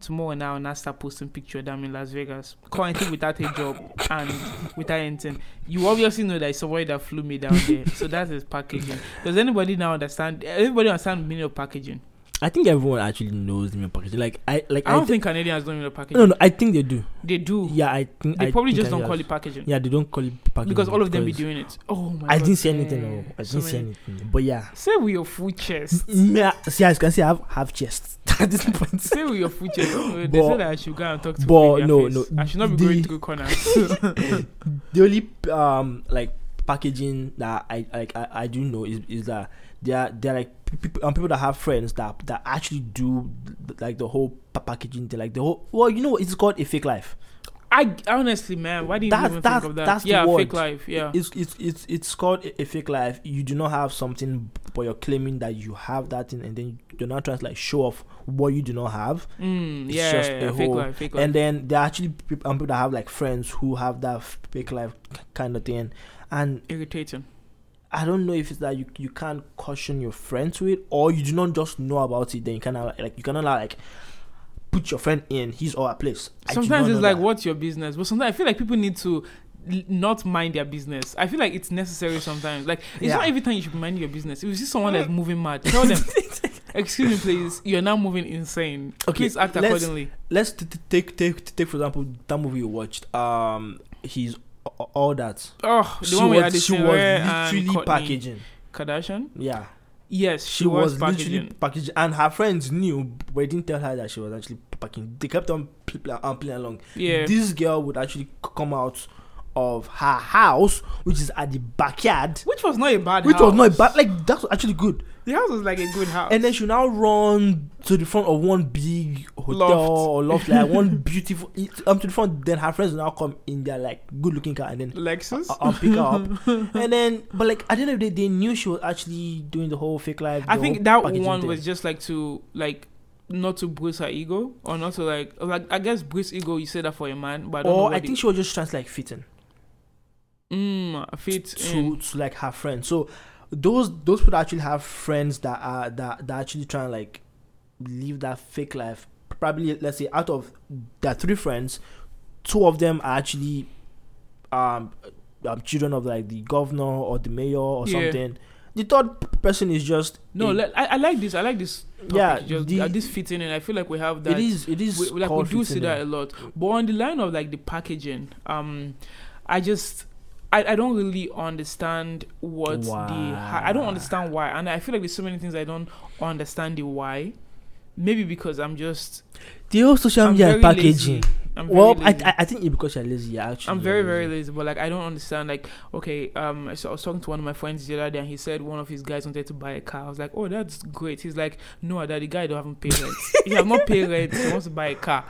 Speaker 1: tomorrow now and i start posting picture that i'm in las vegas currently without a job and without anything you obviously know that it's somebody that flew me down there so that is packaging does anybody now understand anybody understand the meaning of packaging
Speaker 2: I think everyone actually knows email packaging. Like I like
Speaker 1: I don't
Speaker 2: thi-
Speaker 1: think Canadians don't email packaging.
Speaker 2: no no I think they do.
Speaker 1: They do.
Speaker 2: Yeah, I think
Speaker 1: They
Speaker 2: I
Speaker 1: probably
Speaker 2: think
Speaker 1: just
Speaker 2: I
Speaker 1: don't call
Speaker 2: just-
Speaker 1: it packaging.
Speaker 2: Yeah, they don't call it packaging
Speaker 1: because all of them be
Speaker 2: because-
Speaker 1: doing it. Oh my
Speaker 2: I
Speaker 1: God.
Speaker 2: didn't see anything.
Speaker 1: Eh,
Speaker 2: No, I
Speaker 1: so
Speaker 2: didn't see Mm.
Speaker 1: many-
Speaker 2: anything. But yeah,
Speaker 1: Say with your full chest.
Speaker 2: yeah. See, as you can see, I have half chest at this point.
Speaker 1: Say with your full chest. Oh, they
Speaker 2: But-
Speaker 1: said that I should go and talk to
Speaker 2: but
Speaker 1: people in their
Speaker 2: no,
Speaker 1: face.
Speaker 2: no,
Speaker 1: I should not be
Speaker 2: the-
Speaker 1: going through corners.
Speaker 2: the only um like packaging that I like I, I do know is, is that there are there are like pe- people um, people that have friends that that actually do like the whole pa- packaging thing like the whole well you know what, it's called a fake life
Speaker 1: I honestly, man, why didn't you
Speaker 2: That's-
Speaker 1: even
Speaker 2: that's-
Speaker 1: think of that?
Speaker 2: that's the
Speaker 1: yeah, fake
Speaker 2: word.
Speaker 1: life. Yeah,
Speaker 2: it's it's it's it's called a, a fake life you do not have something but you're claiming that you have that thing and then you're not trying to like show off what you do not have
Speaker 1: mm,
Speaker 2: it's
Speaker 1: yeah,
Speaker 2: just
Speaker 1: yeah,
Speaker 2: a
Speaker 1: yeah, fake
Speaker 2: whole-
Speaker 1: life, fake life.
Speaker 2: and then there are actually peop- um, people that have like friends who have that fake life kind of thing and
Speaker 1: irritating.
Speaker 2: I don't know if it's that you you can't caution your friend to it, or you do not just know about it. Then you cannot like you cannot like put your friend in his or her place. I do
Speaker 1: Sometimes
Speaker 2: not
Speaker 1: it's
Speaker 2: know
Speaker 1: like,
Speaker 2: that.
Speaker 1: what's your business? But sometimes I feel like people need to l- not mind their business. I feel like it's necessary sometimes. Like it's
Speaker 2: Yeah.
Speaker 1: not every time you should mind your business. If you see someone that's moving mad, tell them, excuse me, please, you're now moving insane.
Speaker 2: Okay,
Speaker 1: please act
Speaker 2: let's-
Speaker 1: accordingly.
Speaker 2: Let's t- t- take take t- take for example that movie you watched. Um, he's all that.
Speaker 1: Oh, the
Speaker 2: she
Speaker 1: one with
Speaker 2: was she
Speaker 1: Addison
Speaker 2: was
Speaker 1: Rae and
Speaker 2: literally
Speaker 1: Kourtney
Speaker 2: packaging.
Speaker 1: Kardashian.
Speaker 2: Yeah,
Speaker 1: Yes,
Speaker 2: she, was, literally
Speaker 1: packaging.
Speaker 2: packaging, and her friends knew, but they didn't tell her that she was actually packing. They kept on p- pl- um, playing along.
Speaker 1: Yeah,
Speaker 2: this girl would actually c- come out of her house, which is at the backyard,
Speaker 1: which was not a bad.
Speaker 2: which
Speaker 1: house.
Speaker 2: was not bad. Like that's actually good.
Speaker 1: the house was like a good house.
Speaker 2: And then she now run to the front of one big hotel
Speaker 1: Loft.
Speaker 2: or loft, like one beautiful um to the front. Then her friends will now come in their like good looking car and then
Speaker 1: Lexus.
Speaker 2: uh, uh, pick her up. and then, but like at the end of the day, they knew she was actually doing the whole fake life.
Speaker 1: I
Speaker 2: the
Speaker 1: think
Speaker 2: whole
Speaker 1: that
Speaker 2: packaging
Speaker 1: one
Speaker 2: thing.
Speaker 1: was just like to like not to bruise her ego or not to like like I guess bruise ego. You say that for a man, but I don't know
Speaker 2: Or
Speaker 1: what
Speaker 2: I
Speaker 1: the-
Speaker 2: think she was just trying to like fit in.
Speaker 1: mm, fit
Speaker 2: to,
Speaker 1: in.
Speaker 2: to like her friends. So those those people actually have friends that are that that actually trying to like live that fake life. Probably let's say out of their three friends, two of them are actually um, um children of like the governor or the mayor or
Speaker 1: Yeah.
Speaker 2: something. The third person is just
Speaker 1: No,
Speaker 2: a-
Speaker 1: le- I, I like this. I like this. Topic.
Speaker 2: Yeah,
Speaker 1: just
Speaker 2: the-
Speaker 1: uh, this fitting in. I feel like we have that.
Speaker 2: it is it is
Speaker 1: we, like we
Speaker 2: called
Speaker 1: do see
Speaker 2: fitting eh.
Speaker 1: that a
Speaker 2: in.
Speaker 1: lot but on the line of like the packaging um i just i, I don't really understand what the hi- i don't
Speaker 2: Why?
Speaker 1: understand why and i feel like there's so many things i don't understand the why maybe because i'm just
Speaker 2: the whole social
Speaker 1: I'm
Speaker 2: media
Speaker 1: very
Speaker 2: packaging.
Speaker 1: lazy. I'm very
Speaker 2: Well, I,
Speaker 1: lazy.
Speaker 2: I I think it's because you're lazy. You're actually,
Speaker 1: I'm very, very
Speaker 2: lazy.
Speaker 1: lazy, but like I don't understand. Like, okay, um, so I was talking to one of my friends the other day, and he said one of his guys wanted to buy a car. I was like, oh, that's great. He's like, no, that the guy don't haven't paid rent. he have not paid rent. He wants to buy a car.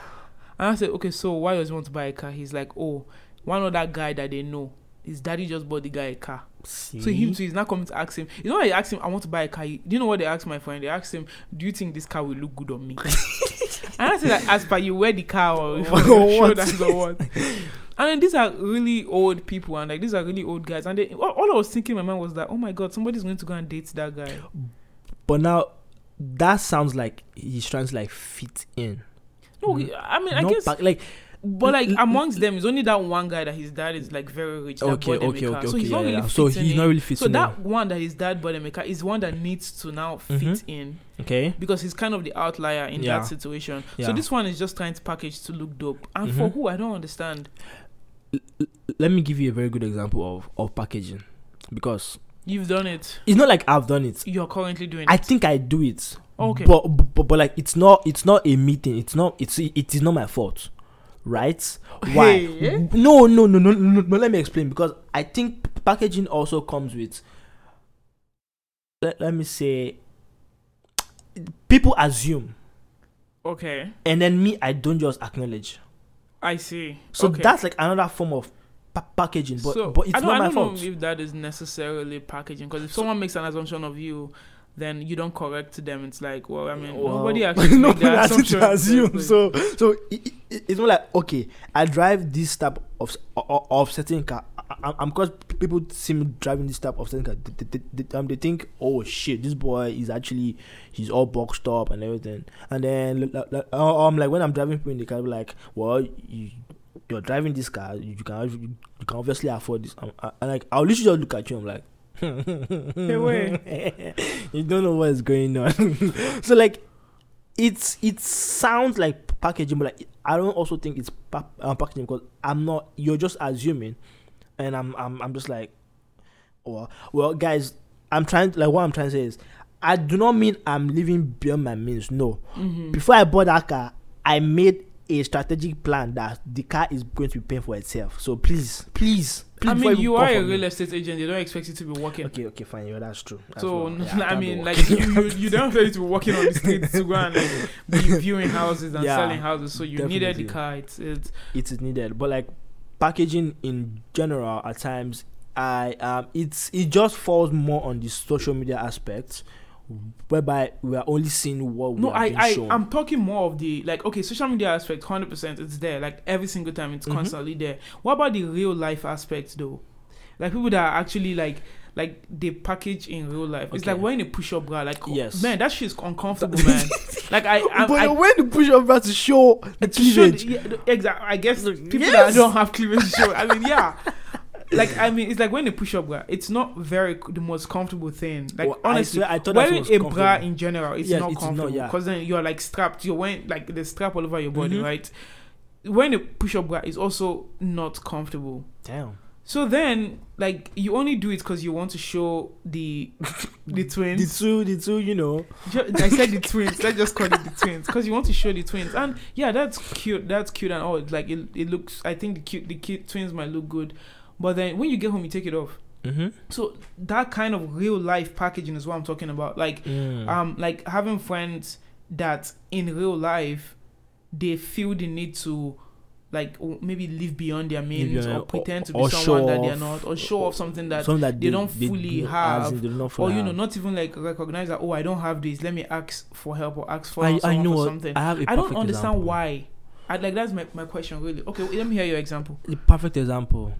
Speaker 1: And I said, okay, so why does he want to buy a car? He's like, oh, one other guy that they know, his daddy just bought the guy a car. So him
Speaker 2: See?
Speaker 1: too, he's not coming to ask him. You know, what they asked him, I want to buy a car. He- Do you know what they asked my friend? They asked him, do you think this car will look good on me? and I said, like, as per you wear the car or,
Speaker 2: Or
Speaker 1: or your
Speaker 2: what?
Speaker 1: shoulders or what? And then these are really old people, and like these are really old guys. And they, all, all I was thinking in my mind was that, oh my god, somebody's going to go and date that guy.
Speaker 2: But now that sounds like he's trying to like fit in.
Speaker 1: No,
Speaker 2: Mm.
Speaker 1: I mean, I
Speaker 2: Not
Speaker 1: guess,
Speaker 2: back- like
Speaker 1: but like
Speaker 2: Mm, mm,
Speaker 1: amongst them, it's only that one guy that his dad is like very rich. That
Speaker 2: okay,
Speaker 1: bought them a
Speaker 2: okay, okay,
Speaker 1: car.
Speaker 2: okay.
Speaker 1: So he's
Speaker 2: yeah,
Speaker 1: not really
Speaker 2: yeah. so
Speaker 1: fitting
Speaker 2: he's not
Speaker 1: in.
Speaker 2: really fitting.
Speaker 1: So that one that his dad bought him a car is one that needs to now fit
Speaker 2: Mhm.
Speaker 1: in.
Speaker 2: in. okay.
Speaker 1: because he's kind of the outlier in
Speaker 2: Yeah.
Speaker 1: that situation.
Speaker 2: Yeah.
Speaker 1: So this one is just trying to package to look dope, and for
Speaker 2: Mhm.
Speaker 1: who I don't understand.
Speaker 2: Let me give you a very good example of of packaging, because
Speaker 1: You've done it.
Speaker 2: it's not like I've done it.
Speaker 1: You're currently doing
Speaker 2: I
Speaker 1: it.
Speaker 2: think I do it.
Speaker 1: Okay.
Speaker 2: But, but but like it's not it's not a meeting. It's not it's it is not my fault, right? Why?
Speaker 1: Hey.
Speaker 2: No, no no no no no. Let me explain because I think packaging also comes with. Let, let me say. People assume,
Speaker 1: Okay,
Speaker 2: and then me, I don't just acknowledge.
Speaker 1: I see.
Speaker 2: So
Speaker 1: okay.
Speaker 2: that's like another form of pa- packaging, but
Speaker 1: so
Speaker 2: but it's
Speaker 1: I don't,
Speaker 2: not
Speaker 1: I
Speaker 2: my
Speaker 1: don't
Speaker 2: fault.
Speaker 1: know if that is necessarily packaging because if someone makes an assumption of you. Then you don't correct them. It's like, well, I mean, nobody
Speaker 2: Well,
Speaker 1: actually made
Speaker 2: nobody
Speaker 1: that
Speaker 2: has
Speaker 1: assumption.
Speaker 2: to assume.
Speaker 1: Exactly.
Speaker 2: So so i i it's more like okay, I drive this type of of, of certain car. I, I'm because people see me driving this type of certain car. They, they, they, um, they think, oh shit, this boy is actually he's all boxed up and everything. And then li- li- li- um like when I'm driving people in the car, be like, well you. You're driving this car. You you can you can obviously afford this. I'm, I, I'm like I'll literally just look at you. I'm like,
Speaker 1: way.
Speaker 2: you don't know what's going on. so like it's it sounds like packaging, but like it- I don't also think it's pa- uh, packaging because I'm not. You're just assuming, and I'm I'm I'm just like, well, well, guys, I'm trying. Like what I'm trying to say is, I do not mean I'm living beyond my means. No,
Speaker 1: Mhm.
Speaker 2: before I bought that car, I made a strategic plan that the car is going to be paying for itself. So please, please, please.
Speaker 1: I
Speaker 2: before
Speaker 1: mean, you
Speaker 2: come
Speaker 1: are a
Speaker 2: for me.
Speaker 1: real estate agent. They don't expect you to be working.
Speaker 2: Okay, okay, fine. Yeah, that's true. That's
Speaker 1: so
Speaker 2: well, yeah,
Speaker 1: I
Speaker 2: can't be
Speaker 1: mean,
Speaker 2: working.
Speaker 1: like you, you, you don't expect you to be walking on the streets to go and like, be viewing houses and
Speaker 2: Yeah,
Speaker 1: selling houses. So you needed the
Speaker 2: definitely.
Speaker 1: car. It's, it's
Speaker 2: it is needed but like packaging in general at times i um it's it just falls more on the social media aspect whereby we are only seeing what we
Speaker 1: no.
Speaker 2: are
Speaker 1: I
Speaker 2: being
Speaker 1: I
Speaker 2: shown.
Speaker 1: I'm talking more of the like okay, social media aspect. Hundred percent, it's there. Like every single time, it's
Speaker 2: Mhm.
Speaker 1: constantly there. What about the real life aspect though? Like people that are actually like. Like they package in real life. It's
Speaker 2: Okay.
Speaker 1: like wearing a push-up bra. Like,
Speaker 2: Yes.
Speaker 1: man, that shit is uncomfortable, man. Like I, I,
Speaker 2: but
Speaker 1: I
Speaker 2: when you push your bra to show the
Speaker 1: to show the-
Speaker 2: cleavage
Speaker 1: yeah, the- exact. I guess people
Speaker 2: Yes.
Speaker 1: that don't have cleavage show. I mean, yeah. Like I mean, it's like when they push up bra. It's not very c- the most comfortable thing. Like
Speaker 2: Well, I
Speaker 1: honestly,
Speaker 2: swear, I, thought that was
Speaker 1: wearing a bra
Speaker 2: comfortable.
Speaker 1: in general is
Speaker 2: Yes,
Speaker 1: not
Speaker 2: it's not,
Speaker 1: comfortable
Speaker 2: yeah.
Speaker 1: because then you're like strapped. You're wearing like the strap all over your body,
Speaker 2: Mhm.
Speaker 1: right? When a push up bra is also not comfortable.
Speaker 2: damn
Speaker 1: So then, like you only do it because you want to show the the twins.
Speaker 2: the two the two you know
Speaker 1: Ju- I said the twins. Let's just call it the twins because you want to show the twins, and yeah, that's cute. That's cute and all. Like it, it looks. I think the cute, the cute twins might look good, but then when you get home, you take it off.
Speaker 2: mm-hmm.
Speaker 1: So that kind of real life packaging is what I'm talking about. Like, um, like having friends that in real life they feel the need to. Like w- maybe live beyond their means,
Speaker 2: beyond-
Speaker 1: or pretend to be
Speaker 2: uh, or
Speaker 1: someone
Speaker 2: show
Speaker 1: that they're not,
Speaker 2: off-
Speaker 1: or show off something that
Speaker 2: something that
Speaker 1: they don't fully have,
Speaker 2: as in they do not
Speaker 1: or
Speaker 2: fully
Speaker 1: you know
Speaker 2: have.
Speaker 1: not even like recognize that oh i don't have this let me ask for help or ask for
Speaker 2: I, I
Speaker 1: someone
Speaker 2: know
Speaker 1: for
Speaker 2: what-
Speaker 1: something
Speaker 2: I have a
Speaker 1: i don't
Speaker 2: perfect
Speaker 1: understand
Speaker 2: example.
Speaker 1: why i like that's my, my question really okay let me hear your example
Speaker 2: the perfect example.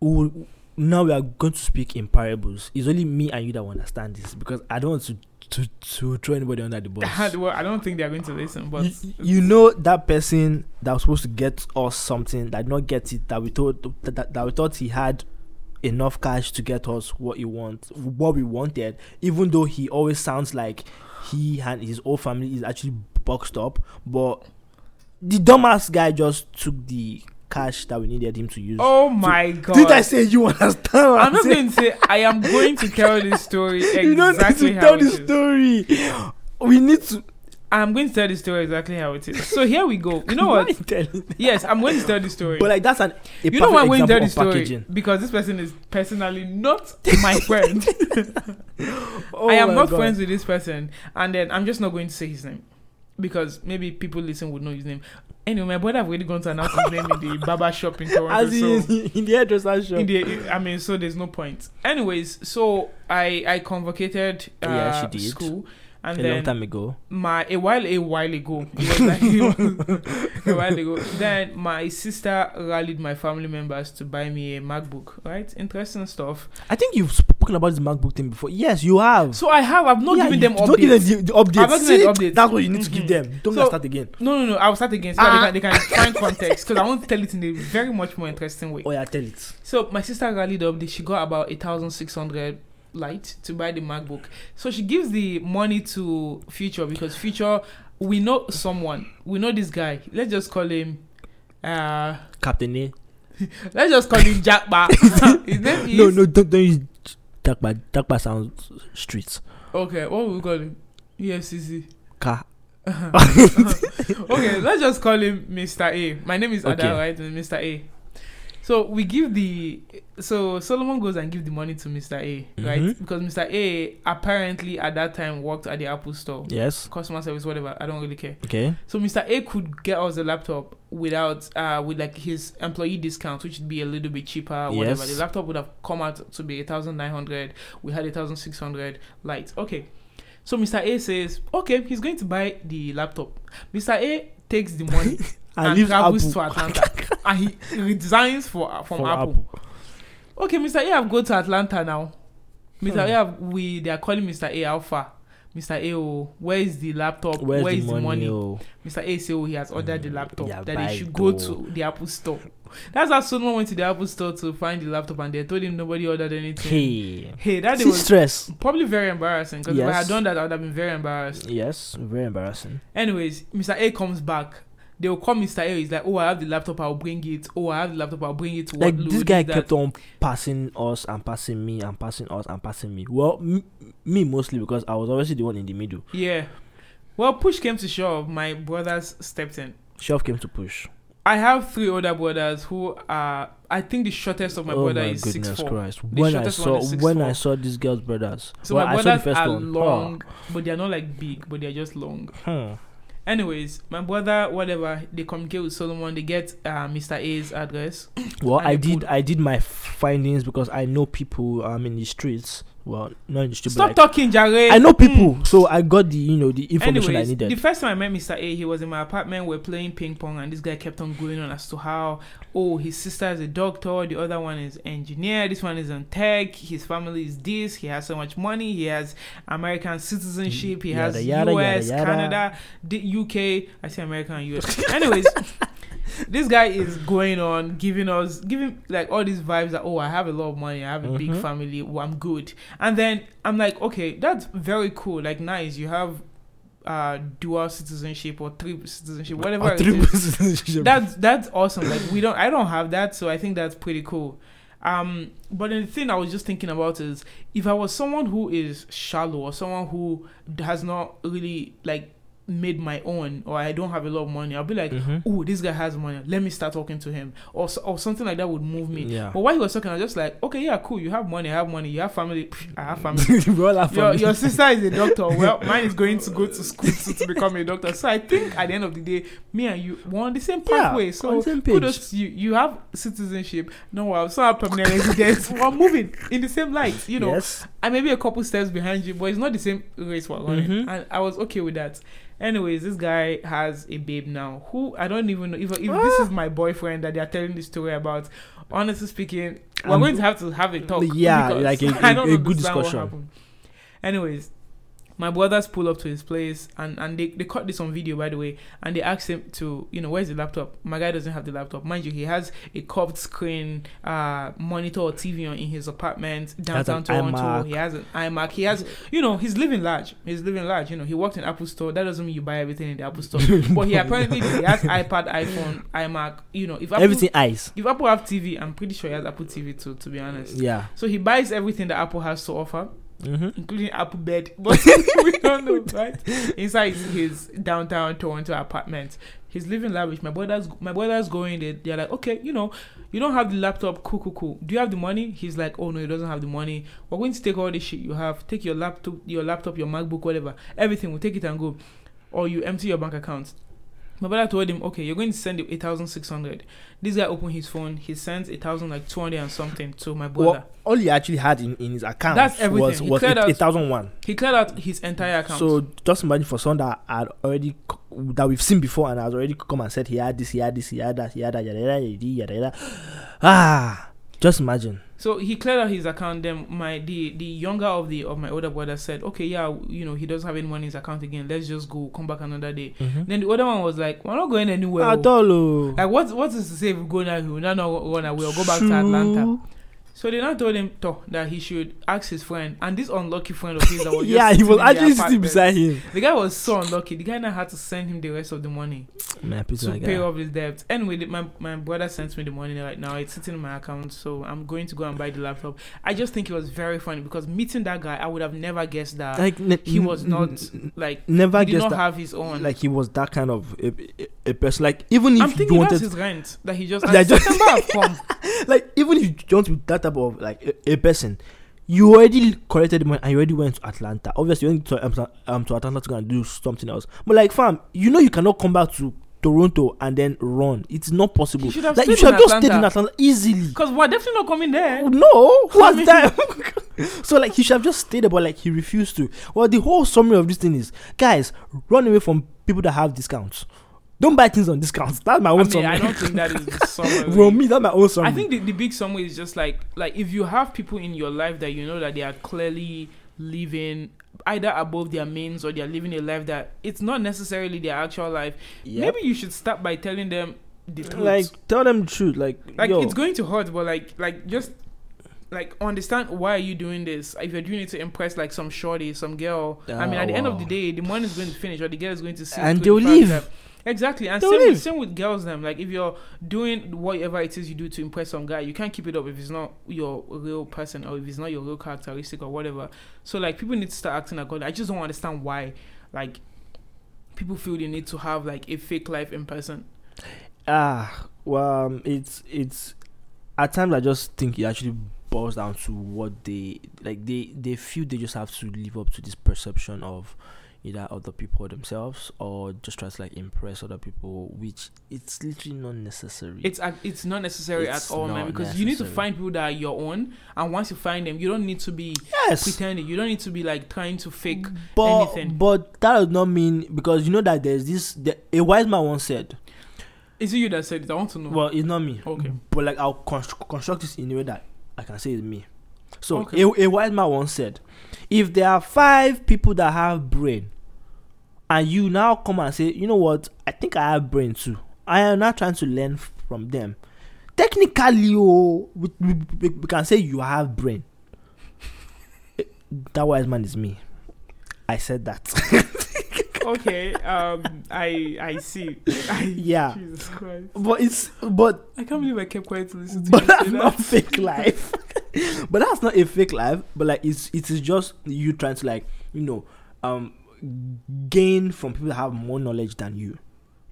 Speaker 2: We will- now we are going to speak in parables. It's only me and you that will understand this because I don't want to to, to throw anybody under the bus.
Speaker 1: well i don't think they're going to listen but
Speaker 2: you, you know that person that was supposed to get us something that did not get it that we thought that, that, that we thought he had enough cash to get us what he want what we wanted even though he always sounds like he and his whole family is actually boxed up but the dumbass guy just took the cash that we needed him to use
Speaker 1: oh my god
Speaker 2: did I say you understand? what
Speaker 1: i'm not
Speaker 2: saying?
Speaker 1: going to say i am going to tell this story exactly
Speaker 2: you don't need to
Speaker 1: how
Speaker 2: tell
Speaker 1: it
Speaker 2: the
Speaker 1: is.
Speaker 2: story. We need to.
Speaker 1: i'm going to tell the story exactly how it is so here we go you know
Speaker 2: Why
Speaker 1: what
Speaker 2: tell it?
Speaker 1: yes i'm going to tell the story
Speaker 2: But like that's an. A
Speaker 1: you know why
Speaker 2: perfect
Speaker 1: I'm going to tell
Speaker 2: example
Speaker 1: the
Speaker 2: of
Speaker 1: story
Speaker 2: packaging.
Speaker 1: because this person is personally not my friend
Speaker 2: Oh
Speaker 1: I am
Speaker 2: my
Speaker 1: not
Speaker 2: God.
Speaker 1: friends with this person, and then I'm just not going to say his name because maybe people listening would know his name. Anyway, my brother have already gone to announce his name in the barber shop in Toronto.
Speaker 2: As
Speaker 1: so
Speaker 2: in, in the hairdresser shop.
Speaker 1: in the, I mean, so there's no point. Anyways, so I I convocated uh,
Speaker 2: Yeah, she did.
Speaker 1: school, and
Speaker 2: a long
Speaker 1: then
Speaker 2: time ago.
Speaker 1: my a while a while ago, it was like, it was a while ago. Then my sister rallied my family members to buy me a MacBook. Right, interesting stuff.
Speaker 2: I think you've spoken about this MacBook thing before. Yes, you have.
Speaker 1: So I have I've not
Speaker 2: Yeah,
Speaker 1: given
Speaker 2: you-
Speaker 1: them updates.
Speaker 2: Don't give them the, the updates.
Speaker 1: I've not given them
Speaker 2: See?
Speaker 1: updates.
Speaker 2: That's what you need to give
Speaker 1: Mhm.
Speaker 2: them. Don't
Speaker 1: So-
Speaker 2: start again.
Speaker 1: No, no, no. I will start again so
Speaker 2: Ah.
Speaker 1: that they can, they can find context because I want to tell it in a very much more interesting way.
Speaker 2: Oh yeah, tell it.
Speaker 1: So my sister rallied up. She got about a thousand six hundred light to buy the MacBook. So she gives the money to Future because Future, we know someone. We know this guy. Let's just call him. Uh,
Speaker 2: Captain A.
Speaker 1: let's just call him Jack Ba. His name is
Speaker 2: No, no, don't don't use Dakba. Dakba sounds street.
Speaker 1: okay. What will we call him? EFCC.
Speaker 2: Car.
Speaker 1: Uh-huh. okay, let's just call him Mr. A. My name is Ada,
Speaker 2: Okay.
Speaker 1: right? And Mr. A. So we give the so Solomon goes and give the money to Mr. A, right?
Speaker 2: Mhm.
Speaker 1: Because Mr. A apparently at that time worked at the Apple store.
Speaker 2: Yes.
Speaker 1: Customer service, whatever. I don't really care.
Speaker 2: Okay.
Speaker 1: So Mr. A could get us a laptop without uh with like his employee discount, which would be a little bit cheaper, whatever.
Speaker 2: Yes.
Speaker 1: The laptop would have come out to be a thousand nine hundred. We had a thousand six hundred light. Okay. So Mr. A says, Okay, he's going to buy the laptop. Mr. A takes the money
Speaker 2: I
Speaker 1: and
Speaker 2: leave
Speaker 1: travels
Speaker 2: Apple.
Speaker 1: to Atlanta. and he resigns for uh, from,
Speaker 2: From
Speaker 1: Apple.
Speaker 2: Hmm.
Speaker 1: Okay, Mr. A have go to Atlanta now. Mr. A have we they are calling Mr. A Alpha. Mr. AO, where is the laptop?
Speaker 2: Where's
Speaker 1: where is
Speaker 2: the money? oh?
Speaker 1: Mr. A said, oh, he has ordered the
Speaker 2: Mm,
Speaker 1: laptop
Speaker 2: yeah,
Speaker 1: that
Speaker 2: buy
Speaker 1: they
Speaker 2: it
Speaker 1: should go
Speaker 2: though.
Speaker 1: to the Apple store. That's how someone went to the Apple store to find the laptop and they told him nobody ordered anything.
Speaker 2: Hey,
Speaker 1: Hey, that
Speaker 2: see
Speaker 1: was
Speaker 2: stress.
Speaker 1: probably very embarrassing because if I
Speaker 2: Yes.
Speaker 1: had done that, I would have been very embarrassed.
Speaker 2: Yes, very embarrassing.
Speaker 1: Anyways, Mr. A comes back. They will call Mr. A. He's like, oh, I have the laptop. I'll bring it. Oh, I have the laptop. I'll bring it. To
Speaker 2: like
Speaker 1: Waterloo,
Speaker 2: this guy
Speaker 1: that."
Speaker 2: kept on passing us and passing me and passing us and passing me. Well, m- me mostly because I was obviously the one in the middle.
Speaker 1: Yeah. Well, push came to shove. My brothers stepped in.
Speaker 2: Chef came to push.
Speaker 1: I have three older brothers who are. I think the shortest of my
Speaker 2: oh
Speaker 1: brother
Speaker 2: my
Speaker 1: is six
Speaker 2: goodness
Speaker 1: four.
Speaker 2: Christ! When I
Speaker 1: shortest one
Speaker 2: saw
Speaker 1: is
Speaker 2: when
Speaker 1: 6'4".
Speaker 2: I saw these girls' brothers,
Speaker 1: So
Speaker 2: well,
Speaker 1: my
Speaker 2: I saw the
Speaker 1: brothers
Speaker 2: first
Speaker 1: are
Speaker 2: one. Ah.
Speaker 1: long, but they are not like big, but they are just long.
Speaker 2: Oh,
Speaker 1: Anyways, my brother, whatever, they communicate with Solomon. They get uh, Mr. A's address.
Speaker 2: hmm. Well,
Speaker 1: And they
Speaker 2: I did
Speaker 1: pulled-
Speaker 2: I did my findings because I know people um in the streets. Well, not in the streets.
Speaker 1: Stop
Speaker 2: but like,
Speaker 1: talking, Jared.
Speaker 2: I know
Speaker 1: Mm.
Speaker 2: people, so I got the you know the information
Speaker 1: Anyways,
Speaker 2: I needed.
Speaker 1: the first time I met Mr. A, he was in my apartment. We're playing ping pong, and this guy kept on going on as to how, oh, his sister is a doctor, the other one is engineer, this one is on tech, his family is this, he has so much money, he has American citizenship, he
Speaker 2: Yada,
Speaker 1: has
Speaker 2: yada, yada,
Speaker 1: US,
Speaker 2: yada.
Speaker 1: Canada, the UK. I say American and US. Anyways. This guy is going on giving us giving like all these vibes that oh I have a lot of money I have a big
Speaker 2: Mhm.
Speaker 1: family oh, I'm good and then I'm like okay that's very cool like nice you have uh dual citizenship or triple citizenship whatever
Speaker 2: Or
Speaker 1: it
Speaker 2: three
Speaker 1: is.
Speaker 2: positions.
Speaker 1: that's that's awesome like we don't i don't have that so i think that's pretty cool um but the thing i was just thinking about is if i was someone who is shallow or someone who has not really like made my own or i don't have a lot of money i'll be like
Speaker 2: Mhm.
Speaker 1: oh this guy has money let me start talking to him or, so- or something like that would move me
Speaker 2: Yeah.
Speaker 1: Ah. but while he was talking i was just like okay yeah cool you have money i have money you have family i have family
Speaker 2: We all have
Speaker 1: your,
Speaker 2: family.
Speaker 1: your sister is a doctor. Well, mine is going to go to school to, to become a doctor. So I think at the end of the day, me and you were on the same
Speaker 2: Yeah,
Speaker 1: pathway.
Speaker 2: on
Speaker 1: so
Speaker 2: the same page.
Speaker 1: kudos to you. You have citizenship. No, I also have permanent residence. we're moving in the same light. You know,
Speaker 2: yes.
Speaker 1: I may be a couple steps behind you, but it's not the same race we're running.
Speaker 2: Mhm.
Speaker 1: And I was okay with that. Anyways, this guy has a babe now who I don't even know if,
Speaker 2: Ah!
Speaker 1: if this is my boyfriend that they are telling this story about. Honestly speaking, we're
Speaker 2: Um,
Speaker 1: going to have to have a talk.
Speaker 2: yeah,
Speaker 1: because
Speaker 2: like a-
Speaker 1: I don't
Speaker 2: a- a good
Speaker 1: understand what
Speaker 2: discussion.
Speaker 1: happened. Anyways, my brothers pull up to his place and, and they, they caught this on video, by the way, and they asked him to, you know, where's the laptop? My guy doesn't have the laptop. Mind you, he has a curved screen uh, monitor or TV on, in his apartment
Speaker 2: has
Speaker 1: downtown
Speaker 2: an
Speaker 1: Toronto.
Speaker 2: iMac.
Speaker 1: He has an iMac. He has, you know, he's living large. He's living large. You know, he worked in Apple Store. That doesn't mean you buy everything in the Apple Store. but he apparently he has iPad, iPhone, iMac. You know, if Apple,
Speaker 2: Everything ice.
Speaker 1: if Apple have TV, I'm pretty sure he has Apple TV too. To be honest,
Speaker 2: Yeah.
Speaker 1: so he buys everything that Apple has to offer
Speaker 2: Mm-hmm.
Speaker 1: including Apple Bed, but we don't know, right? Inside his downtown Toronto apartment, he's living lavish. My brother's my brother's going there. They're like, okay, you know, you don't have the laptop. Cool, cool, cool. Do you have the money? He's like, oh no, he doesn't have the money. We're going to take all the shit you have. Take your laptop, your laptop, your MacBook, whatever. Everything. We'll take it and go, or you empty your bank account. My brother told him, okay, you're going to send him eight thousand six hundred. This guy opened his phone. He sends eight thousand like two hundred and something to my brother.
Speaker 2: Well, all he actually had in, in his account
Speaker 1: That's everything.
Speaker 2: was,
Speaker 1: He
Speaker 2: was
Speaker 1: cleared
Speaker 2: eight-
Speaker 1: out
Speaker 2: 8,001.
Speaker 1: He cleared out his entire account.
Speaker 2: so just imagine for someone that had already c- that we've seen before and has already come and said he had this, he had this, he had that, he had that, yada yada yada yada. yada. Ah, just imagine.
Speaker 1: So he cleared out his account. Then my the the younger of the of my older brother said, okay, yeah, you know he doesn't have any money in his account again. Let's just go come back another day. Then the other one was like, we're not going anywhere.
Speaker 2: At
Speaker 1: oh.
Speaker 2: all, oh.
Speaker 1: Mm-hmm. Like what what is to say if we go now? We will not know what- what- we'll go back to Atlanta. So they now told him to, that he should ask his friend and this unlucky friend of his that was just
Speaker 2: yeah, he
Speaker 1: sitting in
Speaker 2: was
Speaker 1: their
Speaker 2: actually sitting
Speaker 1: apartment.
Speaker 2: beside him.
Speaker 1: The guy was so unlucky. The guy now had to send him the rest of the money
Speaker 2: Man,
Speaker 1: to
Speaker 2: like "Ah."
Speaker 1: pay off his debt. Anyway, the- my, my brother sent me the money right now. It's sitting in my account, so I'm going to go and buy the laptop. I just think it was very funny because meeting that guy, I would have never guessed that.
Speaker 2: Like ne-
Speaker 1: he was
Speaker 2: n-
Speaker 1: not,
Speaker 2: n-
Speaker 1: like
Speaker 2: never
Speaker 1: he did
Speaker 2: guessed
Speaker 1: not
Speaker 2: that.
Speaker 1: have his own.
Speaker 2: like he was that kind of a, a, a person. Like even if
Speaker 1: I'm
Speaker 2: you
Speaker 1: thinking that's
Speaker 2: wanted,
Speaker 1: his rent that he just.
Speaker 2: Yeah,
Speaker 1: and
Speaker 2: just-
Speaker 1: September have come.
Speaker 2: like even if you don't be that type of like a, a person you already collected the money and you already went to atlanta obviously you went to, um, to- um, to atlanta to go and do something else but like fam you know you cannot come back to toronto and then run it's not possible
Speaker 1: He should have
Speaker 2: like you
Speaker 1: stayed in
Speaker 2: should have just stayed in
Speaker 1: Atlanta.
Speaker 2: atlanta easily
Speaker 1: Because we're definitely not coming there.
Speaker 2: no
Speaker 1: I
Speaker 2: what's
Speaker 1: mean-
Speaker 2: that so like he should have just stayed there but like he refused to well the whole summary of this thing is guys run away from people that have discounts don't buy things on discounts that's my own
Speaker 1: I mean, I
Speaker 2: summary
Speaker 1: don't think that is the summary.
Speaker 2: from me that's my own summary
Speaker 1: I think the, the big summary is just like like if you have people in your life that you know that they are clearly living either above their means or they're living a life that it's not necessarily their actual life.
Speaker 2: Yeah.
Speaker 1: Maybe you should start by telling them the truth.
Speaker 2: Like tell them the truth. Like,
Speaker 1: like
Speaker 2: yo,
Speaker 1: it's going to hurt, but like like just like understand why are you doing this? If you're doing it to impress like some shorty, some girl. I mean,
Speaker 2: Ah,
Speaker 1: at the end of
Speaker 2: wow.
Speaker 1: the day, the money is going to finish, or the girl is going to see.
Speaker 2: And
Speaker 1: through the
Speaker 2: they'll
Speaker 1: fact
Speaker 2: leave.
Speaker 1: that- Exactly, and
Speaker 2: They'll
Speaker 1: same with,
Speaker 2: leave.
Speaker 1: same with girls. Them like if you're doing whatever it is you do to impress some guy, you can't keep it up if it's not your real person or if it's not your real characteristic or whatever. So like people need to start acting accordingly. I just don't understand why, like. People feel they need to have like a fake life in person.
Speaker 2: ah, well, um, it's it's. At times, I just think it actually boils down to what they like. They they feel they just have to live up to this perception of either other people themselves or just try to like impress other people, which it's literally not necessary.
Speaker 1: It's ac- it's not necessary
Speaker 2: It's
Speaker 1: at all, man.
Speaker 2: not
Speaker 1: Because you need to
Speaker 2: necessary.
Speaker 1: find people that are your own, and once you find them, you don't need to be
Speaker 2: yes,
Speaker 1: pretending. You don't need to be like trying to fake.
Speaker 2: but
Speaker 1: anything.
Speaker 2: but that does not mean because you know that there's this. The, a wise man once said,
Speaker 1: Is it you that said it? I want to know.
Speaker 2: Well, it's not me.
Speaker 1: Okay.
Speaker 2: But like I'll construct, construct this in a way that I can say it's me. So
Speaker 1: Okay.
Speaker 2: a, a wise man once said, if there are five people that have brain, and you now come and say, you know what, I think I have brain too. I am now trying to learn f- from them. Technically, oh, we, we, we- we can say you have brain. Eh, That wise man is me. I said that.
Speaker 1: okay. Um, I I see. I,
Speaker 2: Yeah.
Speaker 1: Jesus Christ!
Speaker 2: but it's but
Speaker 1: I can't believe I kept quiet to listen to
Speaker 2: but
Speaker 1: you
Speaker 2: that's
Speaker 1: say that.
Speaker 2: not fake life. but that's not a fake life. But like it's it is just you trying to like you know um gain from people that have more knowledge than you.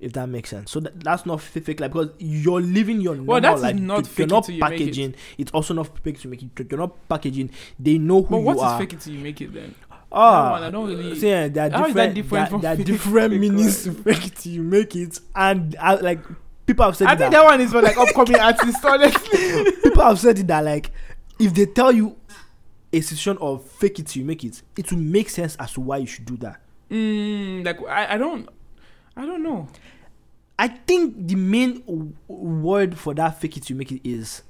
Speaker 2: If that makes sense, so that, that's not fa- fake life because you're living your normal
Speaker 1: that is
Speaker 2: life.
Speaker 1: not
Speaker 2: You-
Speaker 1: fake
Speaker 2: you're not
Speaker 1: until you make it.
Speaker 2: packaging. It's also not fake to make it. You're not packaging. They know who
Speaker 1: But what
Speaker 2: you
Speaker 1: is
Speaker 2: are.
Speaker 1: fake it till you make it then?
Speaker 2: Ah,
Speaker 1: No, I don't really-
Speaker 2: see, eh, there are
Speaker 1: How is
Speaker 2: different.
Speaker 1: that different
Speaker 2: there-
Speaker 1: from
Speaker 2: there are
Speaker 1: fake-
Speaker 2: different
Speaker 1: fake
Speaker 2: meanings to fake it. till You make it, and uh, like people have said
Speaker 1: I
Speaker 2: that
Speaker 1: think that one is for like upcoming artists. Honestly,
Speaker 2: people have said it that like if they tell you a situation of fake it till you make it it will make sense as to why you should do that
Speaker 1: mm, like I, I don't I don't know.
Speaker 2: i think the main w- word for that fake it till you make it is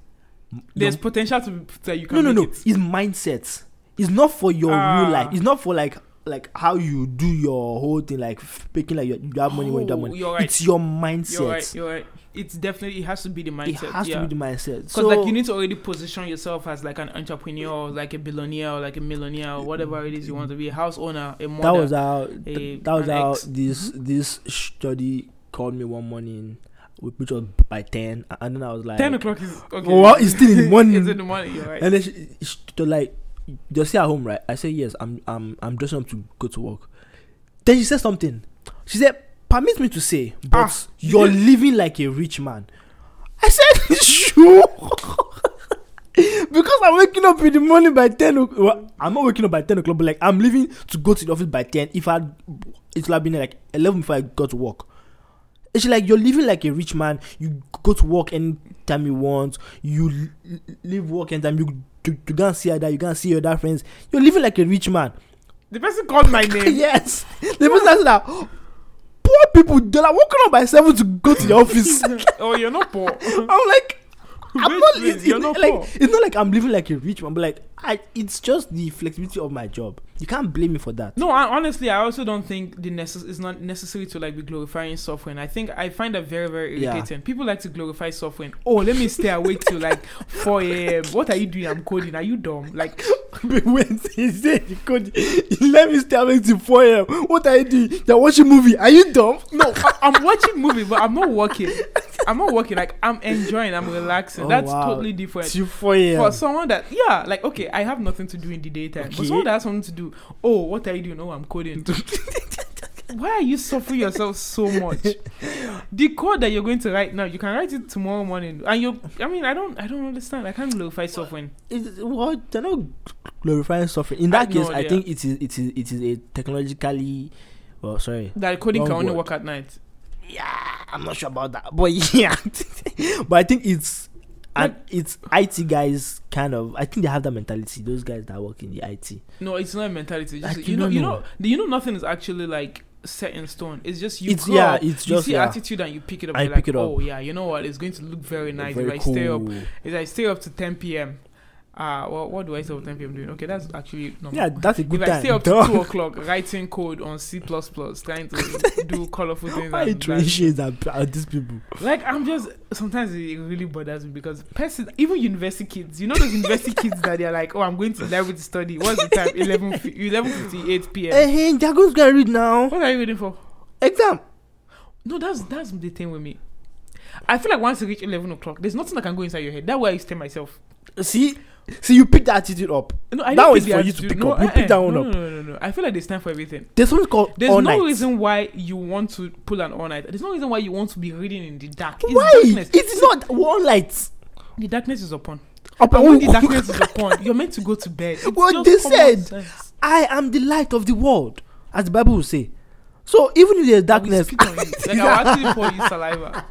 Speaker 1: There's
Speaker 2: your-
Speaker 1: potential to be- that you can.
Speaker 2: no no no
Speaker 1: make
Speaker 2: it's mindset it's not for your
Speaker 1: Ah.
Speaker 2: real life it's not for like like how you do your whole thing like faking like you you have money when you
Speaker 1: Oh,
Speaker 2: have money
Speaker 1: you're right.
Speaker 2: it's your
Speaker 1: it.
Speaker 2: mindset
Speaker 1: You're right. You're right. It's definitely it has to be the
Speaker 2: it
Speaker 1: mindset.
Speaker 2: has
Speaker 1: yeah.
Speaker 2: to be the mindset
Speaker 1: Because
Speaker 2: so
Speaker 1: like you need to already position yourself as like an entrepreneur, or like a billionaire, or like a millionaire, or whatever it is you want to be, a house owner, a mother.
Speaker 2: that was how
Speaker 1: a-
Speaker 2: that was
Speaker 1: an
Speaker 2: how
Speaker 1: ex. Mm-hmm.
Speaker 2: this this study called me one morning, wh- which was by ten, a- and then I was like,
Speaker 1: ten o'clock is okay.
Speaker 2: Well, it's still in the morning.
Speaker 1: it's in the morning. You're right.
Speaker 2: and then she, she was like, "You're still at home, right?" I said, "Yes, I'm I'm I'm dressing up to go to work." Then she said something. She said, "Permit me to say, but
Speaker 1: Ah, you
Speaker 2: you're
Speaker 1: did-
Speaker 2: living like a rich man." I said, "Sure." Because I'm waking up in the morning by ten. o- Well, I'm not waking up by ten o'clock, but like I'm leaving to go to the office by ten. If I, it would have been like eleven before I got to work. It's like you're living like a rich man. You go to work anytime you want. You l- l- leave work anytime you you, you can't see other. You can't see your other friends. You're living like a rich man.
Speaker 1: The person called my name.
Speaker 2: yes, the person that said that poor people they're like waking up by seven to go to the office.
Speaker 1: oh, you're not poor.
Speaker 2: I'm like, I'm
Speaker 1: Wait,
Speaker 2: not.
Speaker 1: wait,
Speaker 2: it's,
Speaker 1: you're
Speaker 2: it's
Speaker 1: not
Speaker 2: like
Speaker 1: poor.
Speaker 2: it's not like I'm living like a rich man, but like I, it's just the flexibility of my job. You can't blame me for that.
Speaker 1: No, I, honestly, I also don't think the necess- it's not necessary to like be glorifying suffering. I think I find that very, very
Speaker 2: Yeah.
Speaker 1: irritating. People like to glorify suffering. Oh, let me stay awake till like four a.m. What are you doing? I'm coding. Are you dumb? Like,
Speaker 2: But when he said you could let me stay awake till 4 a.m. What are you doing? You're watching movie. Are you dumb?
Speaker 1: no, I- I'm watching movie, but I'm not working. I'm not working. Like, I'm enjoying. I'm relaxing.
Speaker 2: Oh,
Speaker 1: That's
Speaker 2: wow.
Speaker 1: totally different.
Speaker 2: Till 4 a.m.
Speaker 1: For someone that, yeah, like, okay, I have nothing to do in the daytime. But
Speaker 2: Okay.
Speaker 1: someone that has something to do, oh, what are you doing? Oh, I'm coding. Why are you suffering yourself so much? The code that you're going to write now, you can write it tomorrow morning. And you, I mean, I don't, I don't understand. I can't glorify suffering.
Speaker 2: It's- what? They're not glorifying suffering. In that
Speaker 1: I-
Speaker 2: case,
Speaker 1: no,
Speaker 2: I
Speaker 1: they
Speaker 2: think it is it is it is a technologically well sorry.
Speaker 1: That coding can
Speaker 2: Wrong
Speaker 1: only
Speaker 2: word.
Speaker 1: work at night.
Speaker 2: Yeah, I'm not sure about that. But yeah. but I think it's and it's IT guys kind of I think they have that mentality, those guys that work in the IT.
Speaker 1: No, it's not a mentality. It's just-
Speaker 2: Like,
Speaker 1: you
Speaker 2: you
Speaker 1: know,
Speaker 2: don't
Speaker 1: you
Speaker 2: know.
Speaker 1: know, the- you know, nothing is actually like set in stone. It's just you.
Speaker 2: it's
Speaker 1: grow
Speaker 2: yeah,
Speaker 1: up,
Speaker 2: it's
Speaker 1: you
Speaker 2: just
Speaker 1: see
Speaker 2: yeah,
Speaker 1: attitude and you pick it up.
Speaker 2: I
Speaker 1: you're like,
Speaker 2: pick it up.
Speaker 1: Oh yeah, you know what? It's going to look very nice
Speaker 2: very
Speaker 1: if I stay up. If I stay up to 10 p.m. ah, well, what do I say? What time I'm doing? Okay, that's actually normal.
Speaker 2: Yeah, that's a good
Speaker 1: if
Speaker 2: time.
Speaker 1: I stay up
Speaker 2: dog.
Speaker 1: to two o'clock writing code on C plus plus, trying to do colorful things,
Speaker 2: Why you
Speaker 1: and
Speaker 2: throwing
Speaker 1: that-
Speaker 2: shades at, at these people?
Speaker 1: like I'm just sometimes it really bothers me because person even university kids, you know those university kids that they're like, oh, I'm going to library to study. What's the time? 11 fi- 11:58 p.m.
Speaker 2: Hey, Eh, hey, they're going to get read now.
Speaker 1: What are you waiting for?
Speaker 2: Exam.
Speaker 1: No, that's that's the thing with me. I feel like once you reach eleven o'clock, there's nothing that can go inside your head. That's why I used to tell myself.
Speaker 2: See, see, you pick the attitude up.
Speaker 1: No, I
Speaker 2: That
Speaker 1: don't
Speaker 2: was
Speaker 1: think they
Speaker 2: for
Speaker 1: have
Speaker 2: you
Speaker 1: to
Speaker 2: to
Speaker 1: do-
Speaker 2: pick
Speaker 1: no,
Speaker 2: up. You
Speaker 1: eh,
Speaker 2: pick that
Speaker 1: eh,
Speaker 2: one
Speaker 1: no,
Speaker 2: up.
Speaker 1: No, no, no, no. I feel like there's time for everything.
Speaker 2: There's something called
Speaker 1: There's
Speaker 2: all
Speaker 1: no
Speaker 2: night.
Speaker 1: reason why you want to pull an all night. There's no reason why you want to be reading in the dark. It's
Speaker 2: Why?
Speaker 1: darkness.
Speaker 2: It's not all night.
Speaker 1: The darkness is upon.
Speaker 2: Up-
Speaker 1: And when the
Speaker 2: oh,
Speaker 1: darkness is upon, you're meant to go to bed. It's
Speaker 2: What
Speaker 1: just
Speaker 2: they
Speaker 1: common
Speaker 2: said.
Speaker 1: sense.
Speaker 2: I am the light of the world, as the Bible will say. So even if
Speaker 1: I
Speaker 2: there's
Speaker 1: will
Speaker 2: darkness,
Speaker 1: spit on you. Like I'll actually pour you saliva.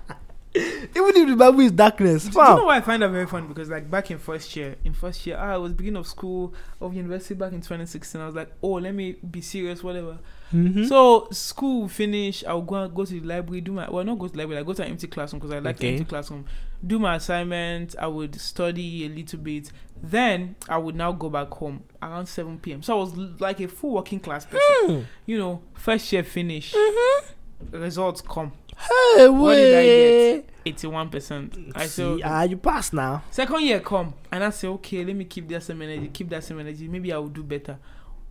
Speaker 2: even if the Bible is darkness,
Speaker 1: Do you know
Speaker 2: fam.
Speaker 1: why I find that very funny? Because like back in first year, in first year, ah, I was beginning of school of university back in 2016. I was like, oh, let me be serious, whatever.
Speaker 2: Mhm.
Speaker 1: So school finish, I'll go out- go to the library, do my well, not go to the library, I go to an empty classroom because I like the
Speaker 2: Okay.
Speaker 1: empty classroom. Do my assignment. I would study a little bit. Then I would now go back home around 7 p.m. So I was l- like a full working class person.
Speaker 2: Mm.
Speaker 1: You know, first year finish,
Speaker 2: Mm-hmm.
Speaker 1: results come
Speaker 2: Hey,
Speaker 1: What did I
Speaker 2: wait.
Speaker 1: 81%. I
Speaker 2: See,
Speaker 1: say,
Speaker 2: ah, you pass now.
Speaker 1: Second year come and I say, okay, let me keep that same energy, keep that same energy. Maybe I will do better.